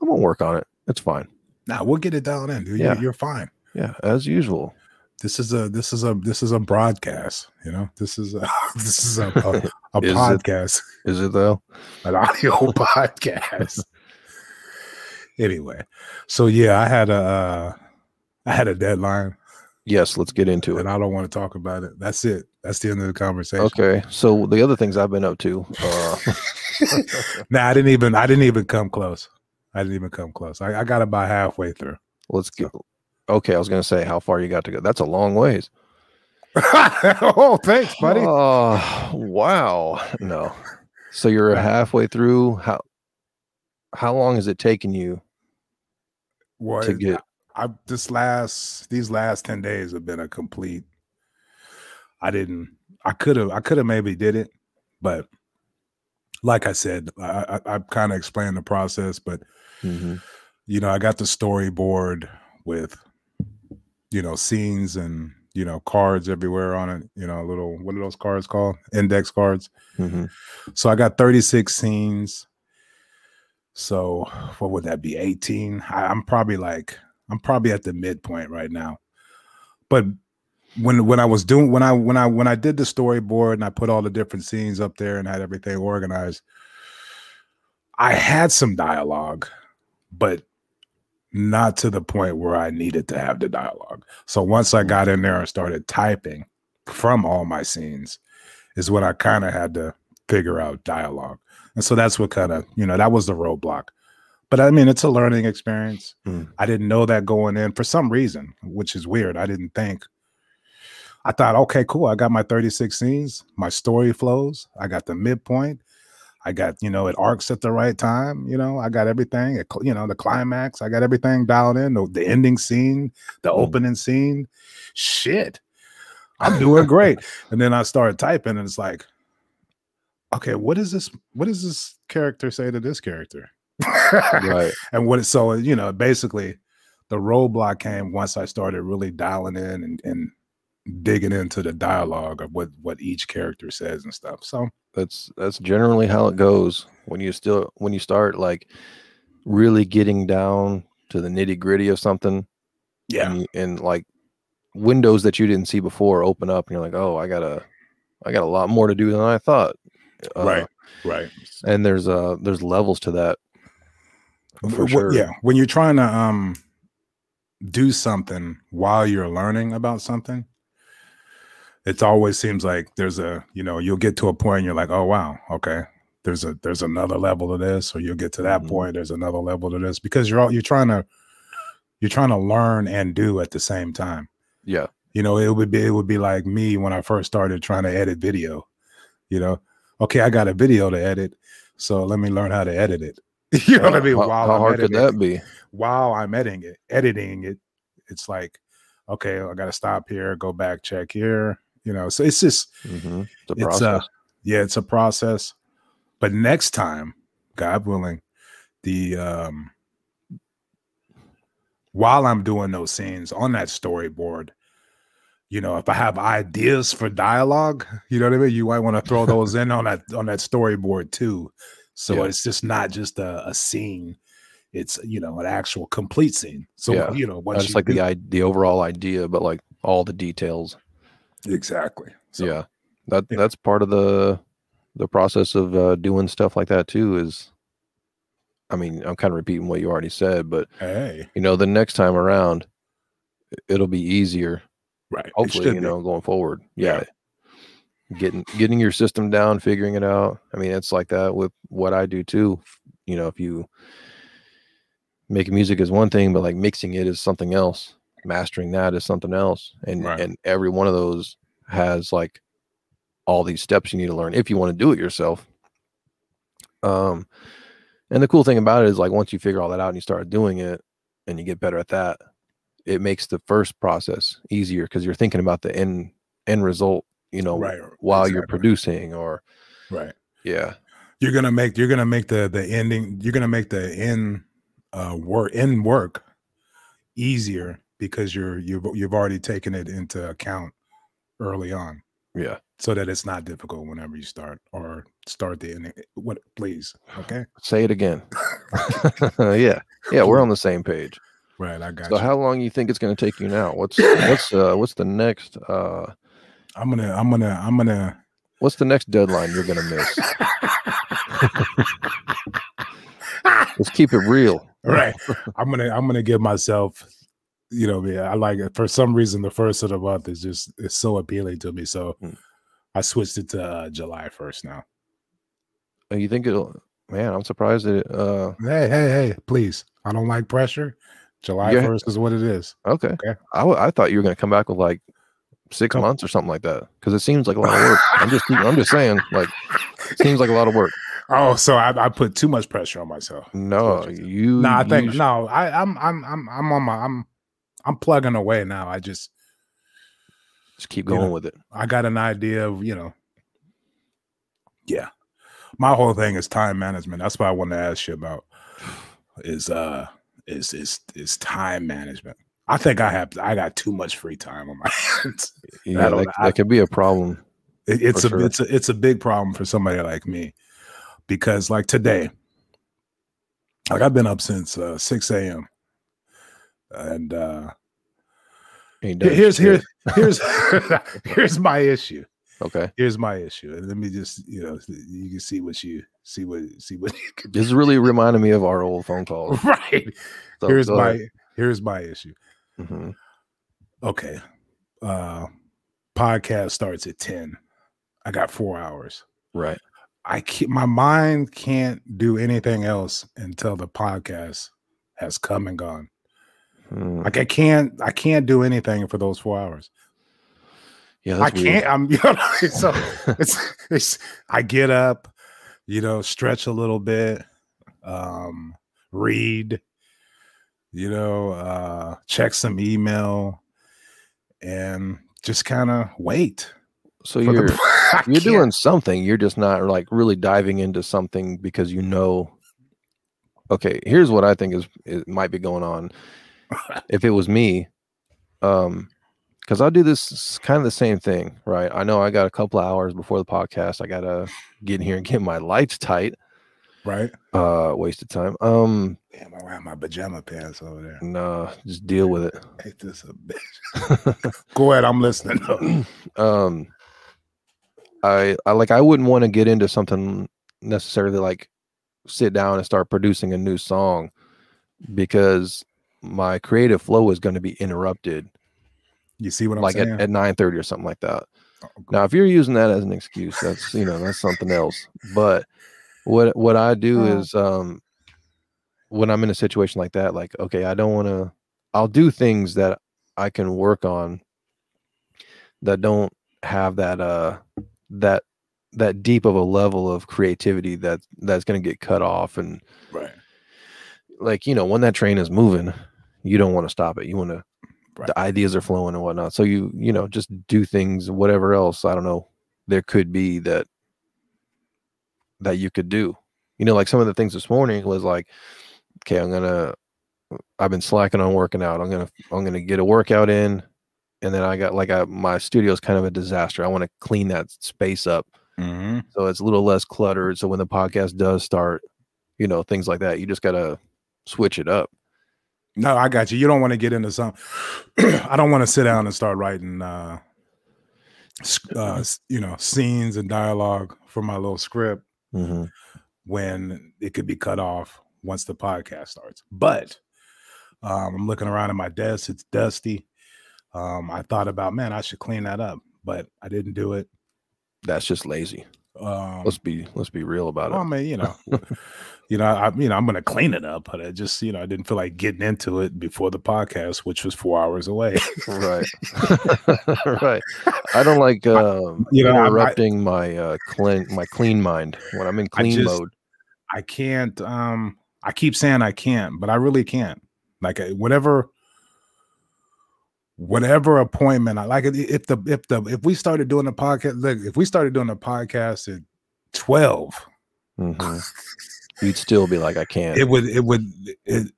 [SPEAKER 1] I'm gonna work on it. It's fine.
[SPEAKER 2] Nah, we'll get it down in. Dude.
[SPEAKER 1] Yeah.
[SPEAKER 2] You're, you're fine.
[SPEAKER 1] Yeah, as usual.
[SPEAKER 2] This is a this is a this is a broadcast. You know, this is a <laughs> this is a a, a
[SPEAKER 1] Is it-
[SPEAKER 2] podcast, <laughs>
[SPEAKER 1] Is it though?
[SPEAKER 2] an audio <laughs> podcast. Anyway, so yeah, I had a uh, I had a deadline,
[SPEAKER 1] Yes, let's get into it.
[SPEAKER 2] and I don't want to talk about it. That's it. That's the end of the conversation.
[SPEAKER 1] Okay. So the other things I've been up to, uh
[SPEAKER 2] Nah, I didn't even I didn't even come close. I didn't even come close. I, I got about halfway through. <laughs>
[SPEAKER 1] let's get okay, I was gonna say how far you got to go. That's a long ways.
[SPEAKER 2] oh, thanks, buddy.
[SPEAKER 1] Oh wow! No, so you're halfway through. How how long has it taken you
[SPEAKER 2] Well,
[SPEAKER 1] to
[SPEAKER 2] it-
[SPEAKER 1] get?
[SPEAKER 2] I this last these last 10 days have been a complete I didn't I could have I could have maybe did it, but like I said, I I, I kind of explained the process, but
[SPEAKER 1] Mhm.
[SPEAKER 2] you know, I got the storyboard with you know, scenes and you know, cards everywhere on it, you know, little what are those cards called? Index cards.
[SPEAKER 1] Mhm.
[SPEAKER 2] So I got 36 scenes. So what would that be? 18? I, I'm probably like I'm probably at the midpoint right now. But when when I was doing when I when I when I did the storyboard and I put all the different scenes up there and had everything organized, I had some dialogue, but not to the point where I needed to have the dialogue. So once I got in there and started typing from all my scenes, is when I kind of had to figure out dialogue. And so that's what kind of, you know, that was the roadblock. But I mean, it's a learning experience.
[SPEAKER 1] Mm.
[SPEAKER 2] I didn't know that going in for some reason, which is weird. I didn't think. I thought, okay, cool. I got my 36 scenes, my story flows, I got the midpoint. I got, you know, it arcs at the right time. You know, I got everything, it cl- you know, the climax. I got everything dialed in, the, the ending scene, the
[SPEAKER 1] Mm.
[SPEAKER 2] opening scene. Shit,
[SPEAKER 1] <laughs>
[SPEAKER 2] I'm doing great. and then I started typing, and it's like, okay, what is this? What does this character say to this character?
[SPEAKER 1] Right.
[SPEAKER 2] <laughs> and what? So uh, you know, basically, the roadblock came once I started really dialing in and, and digging into the dialogue of what what each character says and stuff. So
[SPEAKER 1] That's that's generally how it goes when you still when you start like really getting down to the nitty gritty of something,
[SPEAKER 2] yeah,
[SPEAKER 1] and, you- and like windows that you didn't see before open up, and you're like, oh, I gotta, I got a lot more to do than I thought. Uh,
[SPEAKER 2] right, right.
[SPEAKER 1] And there's uh there's levels to that. For
[SPEAKER 2] Wh- wh-
[SPEAKER 1] sure.
[SPEAKER 2] Yeah, when you're trying to um do something while you're learning about something, it always seems like there's a you know you'll get to a point and you're like, oh wow, okay, there's a there's another level to this, or you'll get to that
[SPEAKER 1] Mhm.
[SPEAKER 2] point, there's another level to this because you're all you're trying to you're trying to learn and do at the same time. <laughs>
[SPEAKER 1] Yeah.
[SPEAKER 2] You know, it would be it would be like me when I first started trying to edit video. You know, okay, I got a video to edit, so let me learn how to edit it. <laughs> You know what I
[SPEAKER 1] Uh,
[SPEAKER 2] mean?
[SPEAKER 1] How,
[SPEAKER 2] While
[SPEAKER 1] how
[SPEAKER 2] I'm
[SPEAKER 1] hard could
[SPEAKER 2] editing
[SPEAKER 1] that be?
[SPEAKER 2] while I'm editing it, editing it, it's like, okay, I gotta stop here, go back, check here. You know, so it's just
[SPEAKER 1] Mm-hmm. It's a
[SPEAKER 2] it's uh,
[SPEAKER 1] process.
[SPEAKER 2] a yeah, it's a process. But next time, God willing, the um while I'm doing those scenes on that storyboard, you know, if I have ideas for dialogue, you know what I mean? You might want to throw those in on that on that storyboard too. So
[SPEAKER 1] Yeah.
[SPEAKER 2] it's just not just a, a scene. It's you know an actual complete scene. So
[SPEAKER 1] Yeah.
[SPEAKER 2] you know
[SPEAKER 1] I
[SPEAKER 2] once
[SPEAKER 1] just
[SPEAKER 2] you
[SPEAKER 1] like
[SPEAKER 2] do-
[SPEAKER 1] the i- the overall idea, but like all the details.
[SPEAKER 2] exactly. So
[SPEAKER 1] yeah, that
[SPEAKER 2] yeah.
[SPEAKER 1] that's part of the the process of uh, doing stuff like that too is i mean i'm kind of repeating what you already said but
[SPEAKER 2] Hey,
[SPEAKER 1] you know the next time around it'll be easier
[SPEAKER 2] right. it
[SPEAKER 1] hopefully
[SPEAKER 2] should
[SPEAKER 1] you
[SPEAKER 2] be.
[SPEAKER 1] know going forward yeah.
[SPEAKER 2] Yeah.
[SPEAKER 1] getting getting your system down figuring it out i mean it's like that with what i do too you know if you making music is one thing but like mixing it is something else mastering that is something else and
[SPEAKER 2] Right.
[SPEAKER 1] and every one of those has like all these steps you need to learn if you want to do it yourself um and the cool thing about it is like once you figure all that out and you start doing it and you get better at that it makes the first process easier because you're thinking about the end end result you know
[SPEAKER 2] right
[SPEAKER 1] while you're
[SPEAKER 2] exactly,
[SPEAKER 1] producing or
[SPEAKER 2] right.
[SPEAKER 1] yeah
[SPEAKER 2] You're gonna make you're gonna make the the ending. You're gonna make the end uh work end work easier because you're you've you've already taken it into account early on,
[SPEAKER 1] yeah
[SPEAKER 2] so that it's not difficult whenever you start or start the ending. What please, okay?
[SPEAKER 1] say it
[SPEAKER 2] <laughs>
[SPEAKER 1] again <laughs> yeah yeah we're on the same page
[SPEAKER 2] Right, I got
[SPEAKER 1] so
[SPEAKER 2] you.
[SPEAKER 1] how long you think it's going to take you now
[SPEAKER 2] <laughs>
[SPEAKER 1] what's what's uh what's the next uh
[SPEAKER 2] I'm gonna I'm gonna I'm gonna
[SPEAKER 1] what's the next deadline you're going to
[SPEAKER 2] <laughs>
[SPEAKER 1] miss let's keep it real
[SPEAKER 2] right <laughs> i'm gonna i'm gonna give myself you know yeah, i like it for some reason the first of the month is just it's so appealing to me so
[SPEAKER 1] Mm.
[SPEAKER 2] i switched it to uh, july 1st now
[SPEAKER 1] Uh, you think it'll man i'm surprised that it, uh
[SPEAKER 2] hey hey hey please i don't like pressure july
[SPEAKER 1] Yeah.
[SPEAKER 2] 1st is what it is
[SPEAKER 1] okay,
[SPEAKER 2] Okay.
[SPEAKER 1] I, w- I thought you were going to come back with like six
[SPEAKER 2] Couple-
[SPEAKER 1] months or something like that because it seems like a lot of work i'm just i'm just saying like seems like a lot of work
[SPEAKER 2] oh so i, I put too much pressure on myself
[SPEAKER 1] no
[SPEAKER 2] what you said.
[SPEAKER 1] you
[SPEAKER 2] no i think
[SPEAKER 1] Mm, you-
[SPEAKER 2] no i i'm i'm i'm, I'm on my i'm i'm plugging away now i just
[SPEAKER 1] just keep
[SPEAKER 2] you know.
[SPEAKER 1] going with it
[SPEAKER 2] I got an idea of, you know. Yeah. My whole thing is time management. That's what I want to ask you about. Is uh is is is time management. I think I have I got too much free time on my <laughs> hands.
[SPEAKER 1] yeah
[SPEAKER 2] don't
[SPEAKER 1] that,
[SPEAKER 2] know. I-
[SPEAKER 1] that could be a problem
[SPEAKER 2] It- it's
[SPEAKER 1] For sure.
[SPEAKER 2] a it's a it's a big problem for somebody like me. Because like today, like I've been up since uh, 6 a.m. And uh
[SPEAKER 1] He
[SPEAKER 2] here-
[SPEAKER 1] does
[SPEAKER 2] here's
[SPEAKER 1] shit.
[SPEAKER 2] here's
[SPEAKER 1] <laughs>
[SPEAKER 2] here's here's my issue.
[SPEAKER 1] okay
[SPEAKER 2] here's my issue and let me just you know you can see what you see what see what <laughs> you
[SPEAKER 1] <laughs>
[SPEAKER 2] can do.
[SPEAKER 1] this is really reminding me of our old phone
[SPEAKER 2] <laughs>
[SPEAKER 1] calls
[SPEAKER 2] right
[SPEAKER 1] So,
[SPEAKER 2] here's
[SPEAKER 1] go
[SPEAKER 2] my
[SPEAKER 1] ahead.
[SPEAKER 2] here's my issue
[SPEAKER 1] Mhm.
[SPEAKER 2] okay uh podcast starts at 10 i got four hours
[SPEAKER 1] right
[SPEAKER 2] i can't my mind can't do anything else until the podcast has come and gone
[SPEAKER 1] Mm.
[SPEAKER 2] like i can't i can't do anything for those four hours
[SPEAKER 1] yeah
[SPEAKER 2] i
[SPEAKER 1] that's weird.
[SPEAKER 2] can't i'm <laughs> you know, so it's, it's I get up, you know, stretch a little bit, um, read, you know, uh, check some email, and just kind of wait.
[SPEAKER 1] <laughs> so
[SPEAKER 2] for the-
[SPEAKER 1] you're
[SPEAKER 2] <laughs> I
[SPEAKER 1] you're
[SPEAKER 2] can't-
[SPEAKER 1] doing something you're just not like really diving into something because you know okay here's what i think is it might be going
[SPEAKER 2] <laughs>
[SPEAKER 1] on if it was me um because i do this kind of the same thing right i know i got a couple of hours before the podcast i gotta get in here and get my lights tight
[SPEAKER 2] right.
[SPEAKER 1] uh wasted time um
[SPEAKER 2] Damn, I have my pajama pants over there.
[SPEAKER 1] nah just deal with it
[SPEAKER 2] Ain't this a bitch? <laughs> Go ahead, I'm listening. though.
[SPEAKER 1] um I, I like i wouldn't want to get into something necessarily like sit down and start producing a new song because my creative flow is going to be interrupted
[SPEAKER 2] You see what I'm
[SPEAKER 1] like at,
[SPEAKER 2] saying?
[SPEAKER 1] at 9 30 or something like that
[SPEAKER 2] Oh,
[SPEAKER 1] now if you're using that as an excuse that's you know that's something else but what what i do
[SPEAKER 2] Uh.
[SPEAKER 1] is um when i'm in a situation like that like okay i don't want to i'll do things that i can work on that don't have that uh that that deep of a level of creativity that that's going to get cut off and
[SPEAKER 2] right.
[SPEAKER 1] like you know when that train is moving you don't want to stop it you want
[SPEAKER 2] Right.
[SPEAKER 1] to the ideas are flowing and whatnot so you you know just do things whatever else i don't know there could be that that you could do you know like some of the things this morning was like okay i'm gonna i've been slacking on working out i'm gonna i'm gonna get a workout in and then i got like I, my studio's kind of a disaster i want to clean that space up
[SPEAKER 2] Mhm.
[SPEAKER 1] so it's a little less cluttered so when the podcast does start you know things like that you just gotta switch it up
[SPEAKER 2] No, I <clears throat> got you. You don't want to get into some. I don't want to sit down and start writing uh s- uh, s- you know, scenes and dialogue for my little script
[SPEAKER 1] hmm
[SPEAKER 2] Mm-hmm. when it could be cut off once the podcast starts. But um, I'm looking around at my desk; it's dusty. Um, I thought about, man, I should clean that up, but I didn't do it.
[SPEAKER 1] That's just lazy.
[SPEAKER 2] Um,
[SPEAKER 1] Let's be let's be real about
[SPEAKER 2] well, I
[SPEAKER 1] it.
[SPEAKER 2] mean, you know,
[SPEAKER 1] <laughs>
[SPEAKER 2] you know, I, you know, I'm gonna clean it up, but I just, you know, I didn't feel like getting into it before the podcast, which was four hours
[SPEAKER 1] <laughs>
[SPEAKER 2] away.
[SPEAKER 1] Right,
[SPEAKER 2] <laughs>
[SPEAKER 1] right. <laughs> I don't like um,
[SPEAKER 2] you know, I- I-
[SPEAKER 1] interrupting my uh, clean my clean mind when I'm in
[SPEAKER 2] I
[SPEAKER 1] clean
[SPEAKER 2] just-
[SPEAKER 1] mode.
[SPEAKER 2] I can't. Um, I keep saying I can't, but I really can't. Like I- whatever, whatever appointment I like. i- If the if the if we started doing the podcast, look, if we started doing the podcast at twelve,
[SPEAKER 1] Mhm. <laughs> You'd still be like, I can't.
[SPEAKER 2] Mm-hmm. it would it would it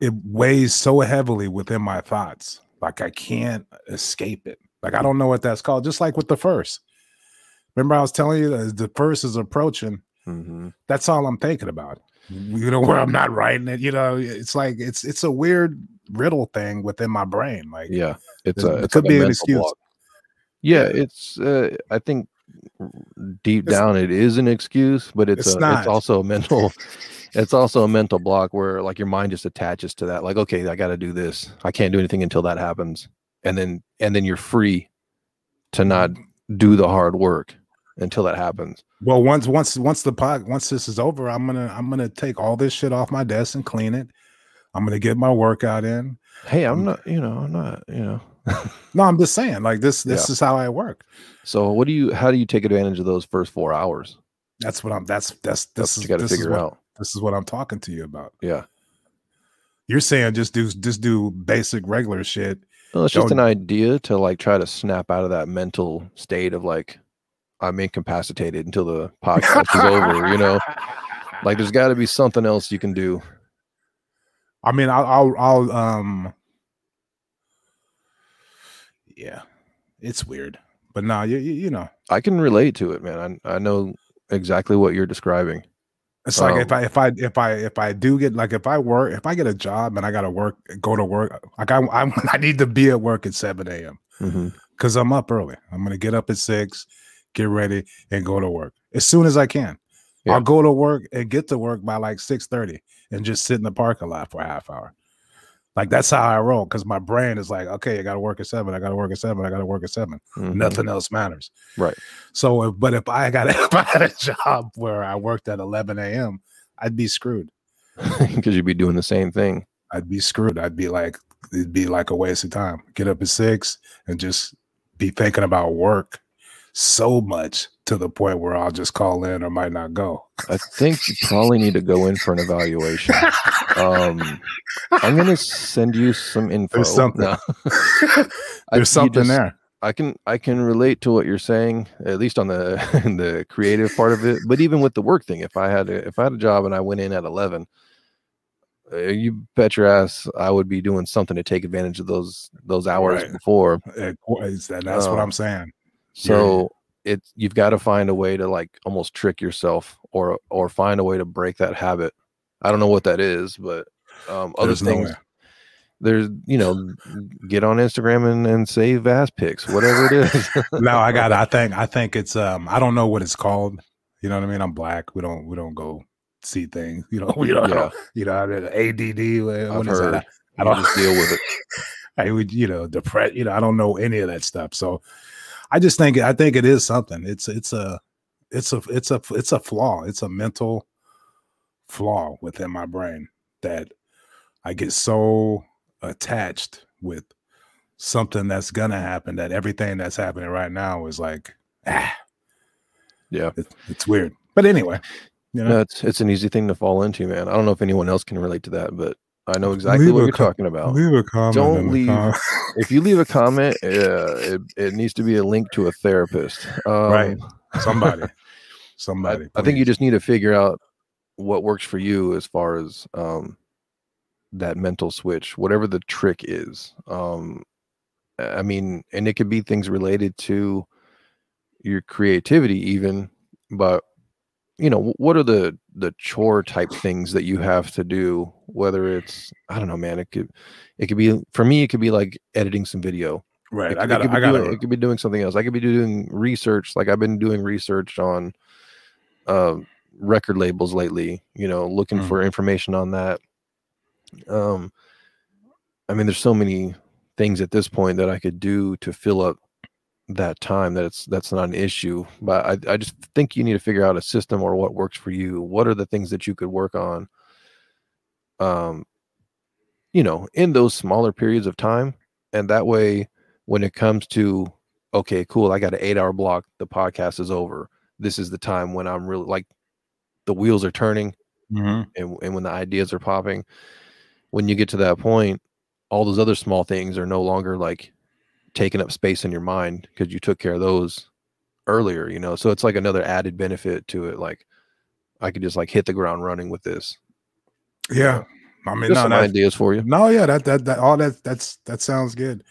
[SPEAKER 2] it weighs so heavily within my thoughts. Like I can't escape it. Like I don't know what that's called. Just like with the first. Remember, I was telling you that as the first is approaching.
[SPEAKER 1] Mhm.
[SPEAKER 2] that's all I'm thinking about. You know, where I'm not writing it. You know, it's like it's it's a weird riddle thing within my brain. Like,
[SPEAKER 1] Yeah, it's
[SPEAKER 2] It-
[SPEAKER 1] a
[SPEAKER 2] it
[SPEAKER 1] it's
[SPEAKER 2] could
[SPEAKER 1] like a
[SPEAKER 2] be an
[SPEAKER 1] mental
[SPEAKER 2] excuse.
[SPEAKER 1] block. Yeah, it's. Uh, I think deep
[SPEAKER 2] It's-
[SPEAKER 1] down it is an excuse, but it's,
[SPEAKER 2] It's
[SPEAKER 1] a,
[SPEAKER 2] not.
[SPEAKER 1] it's also a mental. It's also a mental block where like your mind just attaches to that. Like, okay, I got to do this. I can't do anything until that happens, and then and then you're free to not
[SPEAKER 2] Mm-hmm.
[SPEAKER 1] do the hard work until that happens.
[SPEAKER 2] <laughs> well, once once once the pod once this is over, I'm gonna I'm gonna take all this shit off my desk and clean it. I'm gonna get my workout in.
[SPEAKER 1] Hey, I'm
[SPEAKER 2] Mm.
[SPEAKER 1] not. You know, I'm not. You know.
[SPEAKER 2] No, I'm just saying, like this this is how I work.
[SPEAKER 1] So, what do you? How do you take advantage of those first four hours?
[SPEAKER 2] That's what I'm. That's that's this
[SPEAKER 1] That's what you
[SPEAKER 2] is
[SPEAKER 1] got to
[SPEAKER 2] this is
[SPEAKER 1] figure
[SPEAKER 2] what,
[SPEAKER 1] out.
[SPEAKER 2] This is what I'm talking to you about.
[SPEAKER 1] Yeah.
[SPEAKER 2] You're saying just do just do basic regular shit.
[SPEAKER 1] Well, it's just
[SPEAKER 2] Don't-
[SPEAKER 1] an idea to like try to snap out of that mental state of like I'm incapacitated until
[SPEAKER 2] <laughs>
[SPEAKER 1] the podcast is over. You know, like there's got to be something else you can do.
[SPEAKER 2] I mean, I'll, I'll, I'll, um, yeah, it's weird, but nah, you, you, you know,
[SPEAKER 1] I can relate to it, man. I I know exactly what you're describing.
[SPEAKER 2] it's like if
[SPEAKER 1] Um,
[SPEAKER 2] I, if I, if I, if I do get like, if I work, if I get a job and I gotta work, go to work, like I, I, <laughs> I need to be at work at seven a.m.
[SPEAKER 1] Mhm.
[SPEAKER 2] because I'm up early. I'm gonna get up at six, get ready, and go to work as soon as I can.
[SPEAKER 1] Yeah.
[SPEAKER 2] I'll go to work and get to work by like six thirty, and just sit in the parking lot for a half hour. Like that's how I roll because my brain is like, okay, I gotta work at seven. I gotta work at seven. I gotta work at seven.
[SPEAKER 1] Mhm. <laughs>
[SPEAKER 2] Nothing else matters.
[SPEAKER 1] Right.
[SPEAKER 2] So, if, but if I got <laughs> if I had a job where I worked at eleven a.m., I'd be screwed.
[SPEAKER 1] because you'd be doing the same thing.
[SPEAKER 2] I'd be screwed. I'd be like, it'd be like a waste of time. Get up at six and just be thinking about work so much to the point where I'll just call in or might
[SPEAKER 1] <laughs>
[SPEAKER 2] not go.
[SPEAKER 1] I think you probably need to go in for an evaluation. Um, I'm gonna send you some info.
[SPEAKER 2] something.
[SPEAKER 1] No, I- you
[SPEAKER 2] There's something
[SPEAKER 1] just-
[SPEAKER 2] there.
[SPEAKER 1] I can I can relate to what you're saying, at least on the <laughs> in the creative part of it. But even with the work thing, if I had a, if I had a job and I went in at eleven, uh, you bet your ass I would be doing something to take advantage of those those hours
[SPEAKER 2] Right.
[SPEAKER 1] before.
[SPEAKER 2] It- it's- and that's what
[SPEAKER 1] Um, <laughs>
[SPEAKER 2] I'm saying. Yeah.
[SPEAKER 1] So it you've got to find a way to like almost trick yourself or or find a way to break that habit. I don't know what that is, but um, other
[SPEAKER 2] There's no
[SPEAKER 1] things
[SPEAKER 2] way.
[SPEAKER 1] there's you know get on Instagram and, and save ass pics, whatever it is.
[SPEAKER 2] <laughs> no, I got. it. I think. I think it's. Um, I don't know what it's called. You know what I mean? I'm black. We don't. We don't go see things. You know. <laughs> We don't.
[SPEAKER 1] <laughs> Yeah.
[SPEAKER 2] You know. ADD. what-
[SPEAKER 1] I've
[SPEAKER 2] what is that?
[SPEAKER 1] heard.
[SPEAKER 2] I
[SPEAKER 1] You
[SPEAKER 2] don't-
[SPEAKER 1] just deal
[SPEAKER 2] <laughs>
[SPEAKER 1] with it.
[SPEAKER 2] I would, you know, depress. You know, I don't know any of that stuff. So I just think I think it is something. It's it's a it's a it's a it's a flaw. It's a mental flaw within my brain that I get so attached with something that's gonna happen that everything that's happening right now is like ah
[SPEAKER 1] Yeah.
[SPEAKER 2] it, it's weird. But anyway, you know,
[SPEAKER 1] No, it's it's an easy thing to fall into, man. I don't know if anyone else can relate to that, but I know exactly
[SPEAKER 2] Leave
[SPEAKER 1] what
[SPEAKER 2] a
[SPEAKER 1] you're
[SPEAKER 2] com-
[SPEAKER 1] talking about.
[SPEAKER 2] leave a comment.
[SPEAKER 1] Don't
[SPEAKER 2] in the
[SPEAKER 1] leave- <laughs>
[SPEAKER 2] com-
[SPEAKER 1] If you leave a comment, uh, it, it needs to be a link to a therapist. Um,
[SPEAKER 2] Right. somebody.
[SPEAKER 1] I,
[SPEAKER 2] Somebody.
[SPEAKER 1] I think you
[SPEAKER 2] please.
[SPEAKER 1] just need to figure out what works for you as far as um, that mental switch, whatever the trick is. Um, I mean, and it could be things related to your creativity, even, but you know, wh- what are the the chore type things that you have to do? Whether it's I don't know, man. It could it could be for me. It could be like editing some video
[SPEAKER 2] Right.
[SPEAKER 1] It
[SPEAKER 2] I
[SPEAKER 1] could-
[SPEAKER 2] got.
[SPEAKER 1] it could be
[SPEAKER 2] I got.
[SPEAKER 1] doing- it could be doing something else. I could be doing research, like I've been doing research on um record labels lately. You know, looking
[SPEAKER 2] Mm.
[SPEAKER 1] for information on that. Um, I mean, there's so many things at this point that I could do to fill up that time that it's that's not an issue. But I, I just think you need to figure out a system or what works for you. What are the things that you could work on? Um, you know, in those smaller periods of time, and that way when it comes to okay cool i got an eight hour block the podcast is over this is the time when i'm really like the wheels are turning
[SPEAKER 2] Mhm.
[SPEAKER 1] and, and when the ideas are popping when you get to that point all those other small things are no longer like taking up space in your mind because you took care of those earlier you know so it's like another added benefit to it like i could just like hit the ground running with this
[SPEAKER 2] Yeah. I mean,
[SPEAKER 1] just
[SPEAKER 2] no,
[SPEAKER 1] some
[SPEAKER 2] that's,
[SPEAKER 1] ideas for you
[SPEAKER 2] No, yeah, that that that all that that's that sounds good.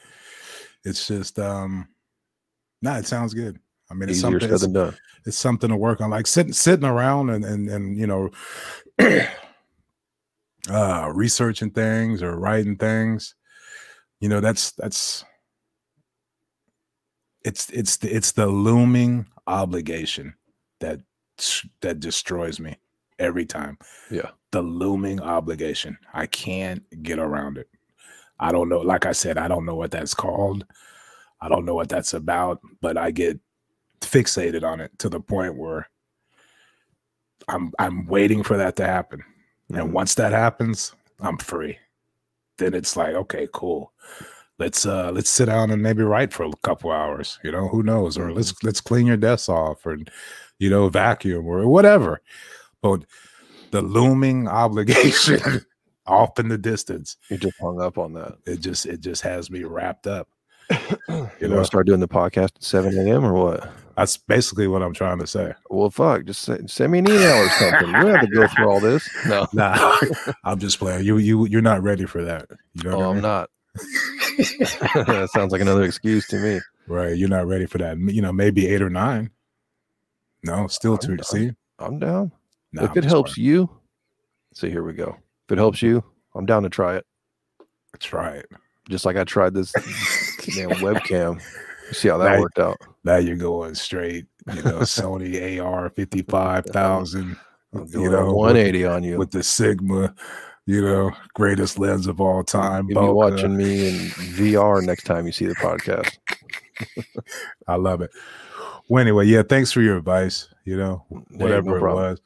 [SPEAKER 2] It's just um no, it sounds good. I mean, it's
[SPEAKER 1] easier
[SPEAKER 2] something
[SPEAKER 1] said
[SPEAKER 2] it's,
[SPEAKER 1] than done
[SPEAKER 2] it's something to work on. Like sitting sitting around and and and you know <clears throat> uh researching things or writing things. You know, that's that's it's it's the, it's the looming obligation that s- that destroys me every time.
[SPEAKER 1] Yeah.
[SPEAKER 2] The looming obligation. I can't get around it. I don't know. Like I said, I don't know what that's called. I don't know what that's about, but I get fixated on it to the point where I'm I'm waiting for that to happen.
[SPEAKER 1] Mhm.
[SPEAKER 2] And once that happens, I'm free. Then it's like, okay, cool. Let's uh let's sit down and maybe write for a couple hours, you know, who knows? Or let's let's clean your desk off or you know, vacuum or whatever. But the looming <laughs> obligation off in the distance,
[SPEAKER 1] you're just hung up on that
[SPEAKER 2] it just it just has me wrapped up.
[SPEAKER 1] you
[SPEAKER 2] know.
[SPEAKER 1] want to start doing the podcast at 7 a.m or what
[SPEAKER 2] That's basically what I'm trying to say.
[SPEAKER 1] Well, fuck, just send, send me an email or something. We don't have to go through all this. No,
[SPEAKER 2] <laughs> Nah, I'm just playing. You you you're not ready for that. You know
[SPEAKER 1] <laughs>
[SPEAKER 2] what
[SPEAKER 1] oh,
[SPEAKER 2] I
[SPEAKER 1] I'm
[SPEAKER 2] mean? <laughs>
[SPEAKER 1] not. that sounds like another excuse to me.
[SPEAKER 2] Right. You're not ready for that. You know, maybe eight or nine. No, still
[SPEAKER 1] I'm
[SPEAKER 2] too.
[SPEAKER 1] done.
[SPEAKER 2] See,
[SPEAKER 1] I'm down.
[SPEAKER 2] Nah,
[SPEAKER 1] if
[SPEAKER 2] I'm
[SPEAKER 1] it
[SPEAKER 2] just
[SPEAKER 1] helps you, so here we go. If it helps you, I'm down to try it.
[SPEAKER 2] playing. try it.
[SPEAKER 1] Just like I tried
[SPEAKER 2] <laughs>
[SPEAKER 1] this damn webcam. See how that
[SPEAKER 2] Right.
[SPEAKER 1] worked out.
[SPEAKER 2] Now you're going straight. You know, Sony AR fifty
[SPEAKER 1] <laughs>
[SPEAKER 2] five thousand.
[SPEAKER 1] I'm
[SPEAKER 2] You
[SPEAKER 1] doing a
[SPEAKER 2] know, with,
[SPEAKER 1] 180 on you.
[SPEAKER 2] with the Sigma. You know, greatest lens of all time. uh,
[SPEAKER 1] You'll be
[SPEAKER 2] Bokeh.
[SPEAKER 1] watching me in VR next time you see the podcast.
[SPEAKER 2] I love it. Well, anyway, yeah. Thanks for your advice. You know, whatever it
[SPEAKER 1] problem.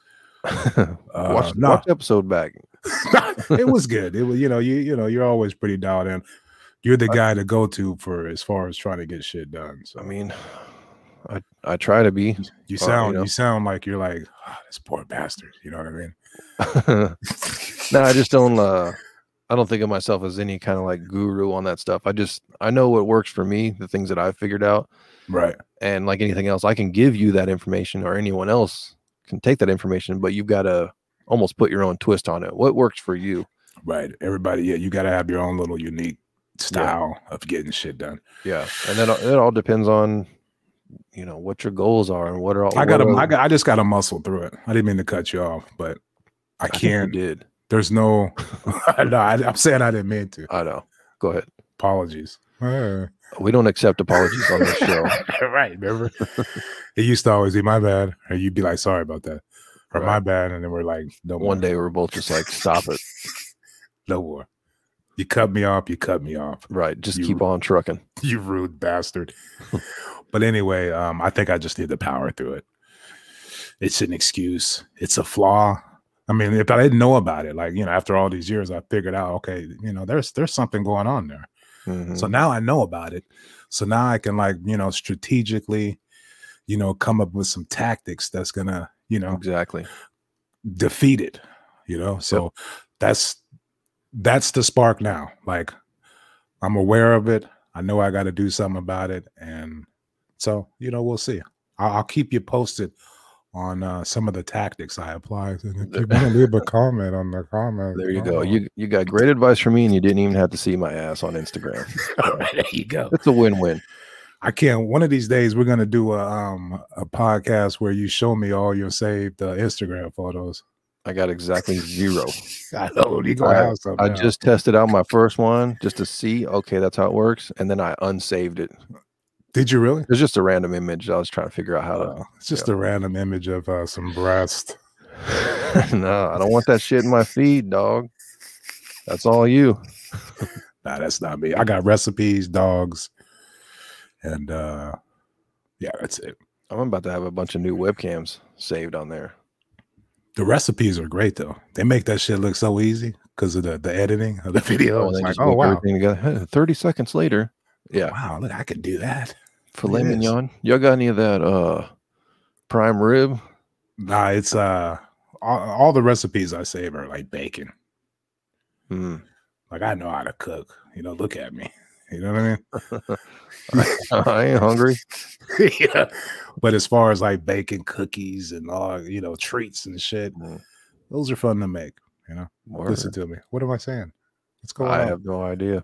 [SPEAKER 2] was. Uh,
[SPEAKER 1] <laughs> watch,
[SPEAKER 2] nah.
[SPEAKER 1] watch the episode back.
[SPEAKER 2] <laughs> it was good. It was, you know, you you know, you're always pretty dialed in. You're
[SPEAKER 1] Uh,
[SPEAKER 2] the guy to go to for as far as trying to get shit done. So
[SPEAKER 1] I mean, I I try to be.
[SPEAKER 2] you
[SPEAKER 1] uh, you
[SPEAKER 2] sound you,
[SPEAKER 1] know.
[SPEAKER 2] sound like you're like "Ah, this poor bastard. You know what I mean?
[SPEAKER 1] <laughs> no, I just don't. Uh, I don't think of myself as any kind of like guru on that stuff. I just I know what works for me, the things that I've figured out,
[SPEAKER 2] Right.
[SPEAKER 1] and like anything else, I can give you that information, or anyone else can take that information, but you've got to almost put your own twist on it. What works for you?
[SPEAKER 2] Right. Everybody, yeah, you gotta have your own little unique style of getting shit done.
[SPEAKER 1] Yeah, and that all- it all depends on you know what your goals are and what are all.
[SPEAKER 2] I gotta
[SPEAKER 1] what
[SPEAKER 2] I
[SPEAKER 1] are-
[SPEAKER 2] got I just gotta muscle through it. I didn't mean to cut you off, but I
[SPEAKER 1] think you
[SPEAKER 2] can't
[SPEAKER 1] did <laughs>
[SPEAKER 2] there's no <laughs> no, I, I'm saying I didn't mean to.
[SPEAKER 1] I know? Go ahead.
[SPEAKER 2] Apologies. Uh.
[SPEAKER 1] We don't accept apologies on this
[SPEAKER 2] <laughs>
[SPEAKER 1] show. <laughs>
[SPEAKER 2] right, remember? <laughs> it used to always be my bad, or you'd be like, sorry about that, or my
[SPEAKER 1] Right.
[SPEAKER 2] bad, and then we're like, no more,
[SPEAKER 1] One day we're both just like, stop it.
[SPEAKER 2] no more. You cut me off, you cut me off, <laughs>
[SPEAKER 1] Right. Just
[SPEAKER 2] You-
[SPEAKER 1] keep on trucking.
[SPEAKER 2] you rude bastard. but anyway, um, I think I just need to power through it. It's an excuse, it's a flaw. I mean, if I didn't know about it, like you know, after all these years, I figured out, okay, you know, there's there's something going on there.
[SPEAKER 1] Mhm.
[SPEAKER 2] So now I know about it. So now I can like, you know, strategically, you know, come up with some tactics that's gonna, you know,
[SPEAKER 1] Exactly.
[SPEAKER 2] defeat it. You know, so that's that's the spark now. Like I'm aware of it. I know I gotta do something about it. And so, you know, we'll see. I'll, I'll keep you posted on uh, some of the tactics I apply. And if
[SPEAKER 1] There-
[SPEAKER 2] you want to
[SPEAKER 1] <laughs>
[SPEAKER 2] leave a comment on the comment,
[SPEAKER 1] Oh, There you go. You you got great advice from me, and you didn't even have to see my ass on
[SPEAKER 2] <laughs>
[SPEAKER 1] Instagram.
[SPEAKER 2] there you go.
[SPEAKER 1] It's a win-win.
[SPEAKER 2] I can't. One of these days, we're gonna do a um a podcast where you show me all your saved uh, Instagram photos.
[SPEAKER 1] I got exactly zero.
[SPEAKER 2] I know you gonna
[SPEAKER 1] I-
[SPEAKER 2] have something.
[SPEAKER 1] I
[SPEAKER 2] now.
[SPEAKER 1] just tested out my first one just to see, okay, that's how it works, and then I unsaved it.
[SPEAKER 2] did you really?
[SPEAKER 1] It was just a random image. I was trying to figure out how to.
[SPEAKER 2] Uh, it's just a random image of uh, some breast.
[SPEAKER 1] <laughs> no, I don't want that shit in my feed, dog. That's all you.
[SPEAKER 2] Nah, that's not me. I got recipes, dogs, and uh yeah, that's it.
[SPEAKER 1] I'm about to have a bunch of new webcams saved on there.
[SPEAKER 2] The recipes are great though. They make that shit look so easy because of the, the editing of the video.
[SPEAKER 1] and
[SPEAKER 2] it's
[SPEAKER 1] they
[SPEAKER 2] like,
[SPEAKER 1] just
[SPEAKER 2] oh
[SPEAKER 1] whip
[SPEAKER 2] wow,
[SPEAKER 1] everything together. Thirty seconds later, yeah,
[SPEAKER 2] wow, look, I could do that.
[SPEAKER 1] filet
[SPEAKER 2] Yes.
[SPEAKER 1] mignon. Y'all got any of that uh prime rib?
[SPEAKER 2] Nah, it's uh all, all the recipes I save are like bacon.
[SPEAKER 1] Hmm.
[SPEAKER 2] Like I know how to cook. You know, look at me. <laughs> You know what I mean?
[SPEAKER 1] <laughs> I ain't hungry.
[SPEAKER 2] <laughs> yeah. But as far as like baking cookies and all, you know, treats and shit,
[SPEAKER 1] Mm.
[SPEAKER 2] those are fun to make. Listen
[SPEAKER 1] Word.
[SPEAKER 2] to me. What am I saying? What's going
[SPEAKER 1] I
[SPEAKER 2] on?
[SPEAKER 1] have no idea.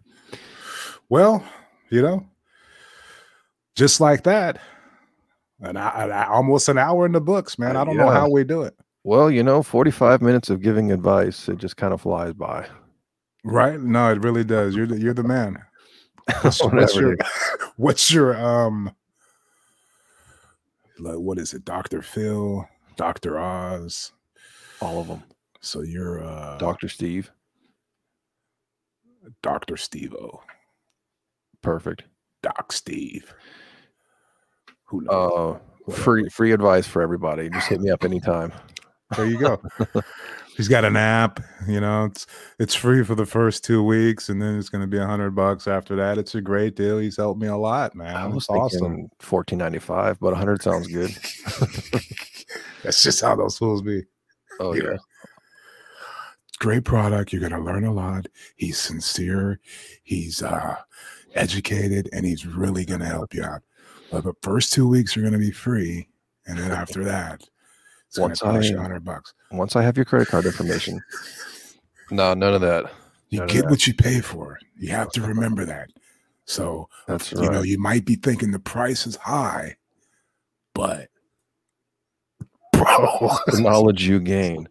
[SPEAKER 2] Well, you know, just like that, and I, almost an hour in the books, man.
[SPEAKER 1] Uh,
[SPEAKER 2] I don't know
[SPEAKER 1] yeah.
[SPEAKER 2] how we do it.
[SPEAKER 1] Well, you know, 45 minutes of giving advice, it just kind of flies by.
[SPEAKER 2] Right? No, it really does. You're the, you're
[SPEAKER 1] <laughs>
[SPEAKER 2] the man. What's, your- what's
[SPEAKER 1] Whatever
[SPEAKER 2] your <laughs>
[SPEAKER 1] it is.
[SPEAKER 2] what's your um like what is it? Dr. Phil, Dr. Oz.
[SPEAKER 1] All of them.
[SPEAKER 2] So you're uh
[SPEAKER 1] Dr. Steve,
[SPEAKER 2] Dr. Steve O,
[SPEAKER 1] perfect.
[SPEAKER 2] Doc Steve. Who knows?
[SPEAKER 1] Uh, free free advice for everybody. Just hit me up anytime. Uh,
[SPEAKER 2] There
[SPEAKER 1] <laughs>
[SPEAKER 2] you go. He's got an app, you know, it's it's free for the first two weeks and then it's gonna be a hundred bucks after that. It's a great deal. He's helped me a lot, man.
[SPEAKER 1] I was
[SPEAKER 2] It's awesome.
[SPEAKER 1] thinking 14.95, but 100 sounds <laughs> good.
[SPEAKER 2] <laughs> That's just how those fools be.
[SPEAKER 1] Oh
[SPEAKER 2] Yeah.
[SPEAKER 1] yeah.
[SPEAKER 2] Great product. You're gonna learn a lot. He's sincere, he's uh educated, and he's really gonna help you out. But the first two weeks are gonna be free, and then after that, it's
[SPEAKER 1] Once
[SPEAKER 2] gonna cost you
[SPEAKER 1] I-
[SPEAKER 2] a hundred bucks.
[SPEAKER 1] Once I have your credit card information. No, none of that.
[SPEAKER 2] You
[SPEAKER 1] None of
[SPEAKER 2] get
[SPEAKER 1] that.
[SPEAKER 2] what you pay for. You have to remember that. So
[SPEAKER 1] That's
[SPEAKER 2] you know
[SPEAKER 1] right.
[SPEAKER 2] you might be thinking the price is high, but <laughs> bro,
[SPEAKER 1] The knowledge you <laughs> gain.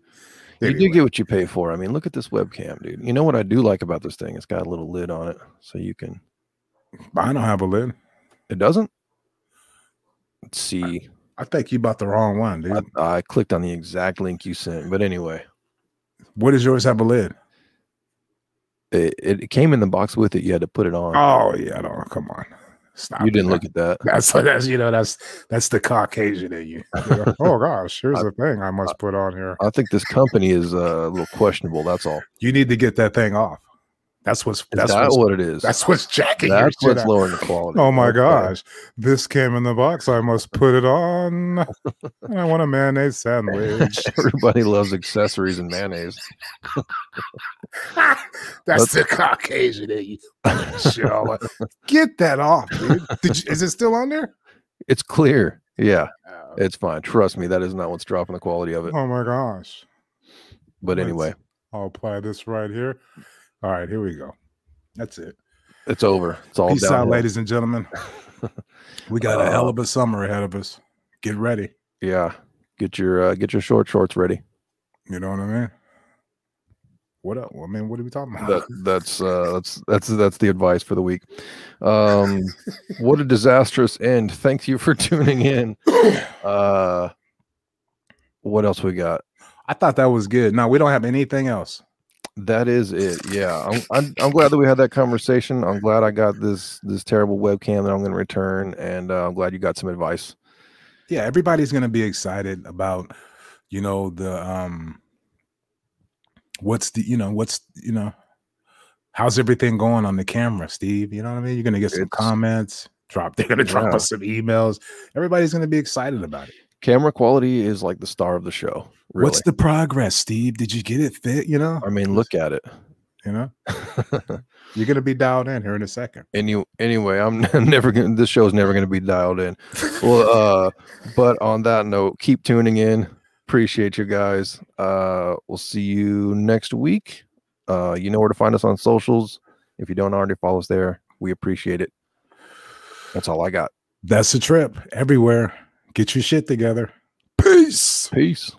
[SPEAKER 1] You do
[SPEAKER 2] Anyway,
[SPEAKER 1] get what you pay for. I mean, look at this webcam, dude. You know what I do like about this thing? It's got a little lid on it, so you can.
[SPEAKER 2] I don't have a lid.
[SPEAKER 1] It doesn't. Let's see.
[SPEAKER 2] I think you bought the wrong one, dude.
[SPEAKER 1] I, I clicked on the exact link you sent, but anyway,
[SPEAKER 2] what does yours have a lid?
[SPEAKER 1] it, it came in the box with it. You had to put it on.
[SPEAKER 2] Oh yeah, no, come on, stop.
[SPEAKER 1] you didn't
[SPEAKER 2] it.
[SPEAKER 1] look at that.
[SPEAKER 2] <laughs> That's that's you know that's that's the Caucasian
[SPEAKER 1] <laughs>
[SPEAKER 2] in you. You know, oh gosh, here's
[SPEAKER 1] I-
[SPEAKER 2] the thing I must put on here.
[SPEAKER 1] I think this company is uh, a little questionable. That's all.
[SPEAKER 2] You need to get that thing off. That's what's
[SPEAKER 1] That's
[SPEAKER 2] that's what's,
[SPEAKER 1] what it is.
[SPEAKER 2] that's what's jacking your
[SPEAKER 1] That's
[SPEAKER 2] shit
[SPEAKER 1] what's
[SPEAKER 2] up.
[SPEAKER 1] lowering the quality.
[SPEAKER 2] Oh my
[SPEAKER 1] Okay.
[SPEAKER 2] gosh, this came in the box. I must put it on. And I want a mayonnaise
[SPEAKER 1] <laughs>
[SPEAKER 2] sandwich.
[SPEAKER 1] <laughs> Everybody loves accessories and mayonnaise.
[SPEAKER 2] That's the Caucasian in you. Shit, all over. Get that off, dude. Did you, is it still
[SPEAKER 1] <laughs>
[SPEAKER 2] on there?
[SPEAKER 1] It's clear. Yeah,
[SPEAKER 2] Oh,
[SPEAKER 1] it's fine. Trust me, that is not what's dropping the quality of it.
[SPEAKER 2] oh my gosh.
[SPEAKER 1] But
[SPEAKER 2] Let's-
[SPEAKER 1] anyway,
[SPEAKER 2] I'll apply this right here. All right, here we go. That's it.
[SPEAKER 1] it's over. It's all
[SPEAKER 2] Peace out,
[SPEAKER 1] downhill.
[SPEAKER 2] ladies
[SPEAKER 1] <laughs>
[SPEAKER 2] and gentlemen. We got a hell
[SPEAKER 1] Uh,
[SPEAKER 2] of a summer ahead of us. Get ready.
[SPEAKER 1] Yeah, get your uh, get your short shorts ready.
[SPEAKER 2] You know what I mean? What up? I mean, what are we talking about?
[SPEAKER 1] that that's uh that's that's that's the advice for the week um what a disastrous end thank you for <laughs> tuning in uh what else we got
[SPEAKER 2] I thought that was good. No, we don't have anything else.
[SPEAKER 1] that is it yeah I'm, I'm i'm glad that we had that conversation i'm glad i got this this terrible webcam that i'm going to return and uh, i'm glad you got some advice
[SPEAKER 2] Yeah, everybody's gonna be excited about, you know, the um what's the you know, what's you know, how's everything going on the camera, Steve? You know what I mean? You're gonna get some
[SPEAKER 1] It's-
[SPEAKER 2] comments, drop they're gonna drop
[SPEAKER 1] Yeah.
[SPEAKER 2] us some emails. Everybody's gonna be excited about it.
[SPEAKER 1] camera quality is like the star of the show really
[SPEAKER 2] What's the progress, Steve? Did you get it fit? You know,
[SPEAKER 1] i mean look at it
[SPEAKER 2] you know,
[SPEAKER 1] <laughs>
[SPEAKER 2] you're gonna be dialed in here in a second.
[SPEAKER 1] Any anyway, I'm <laughs> never gonna. This show's never gonna be dialed in. Well, uh, but on that note, keep tuning in. Appreciate you guys. Uh, we'll see you next week. Uh, you know where to find us on socials. If you don't already follow us there, we appreciate it. That's all I got.
[SPEAKER 2] That's the trip everywhere. Get your shit together. Peace.
[SPEAKER 1] Peace.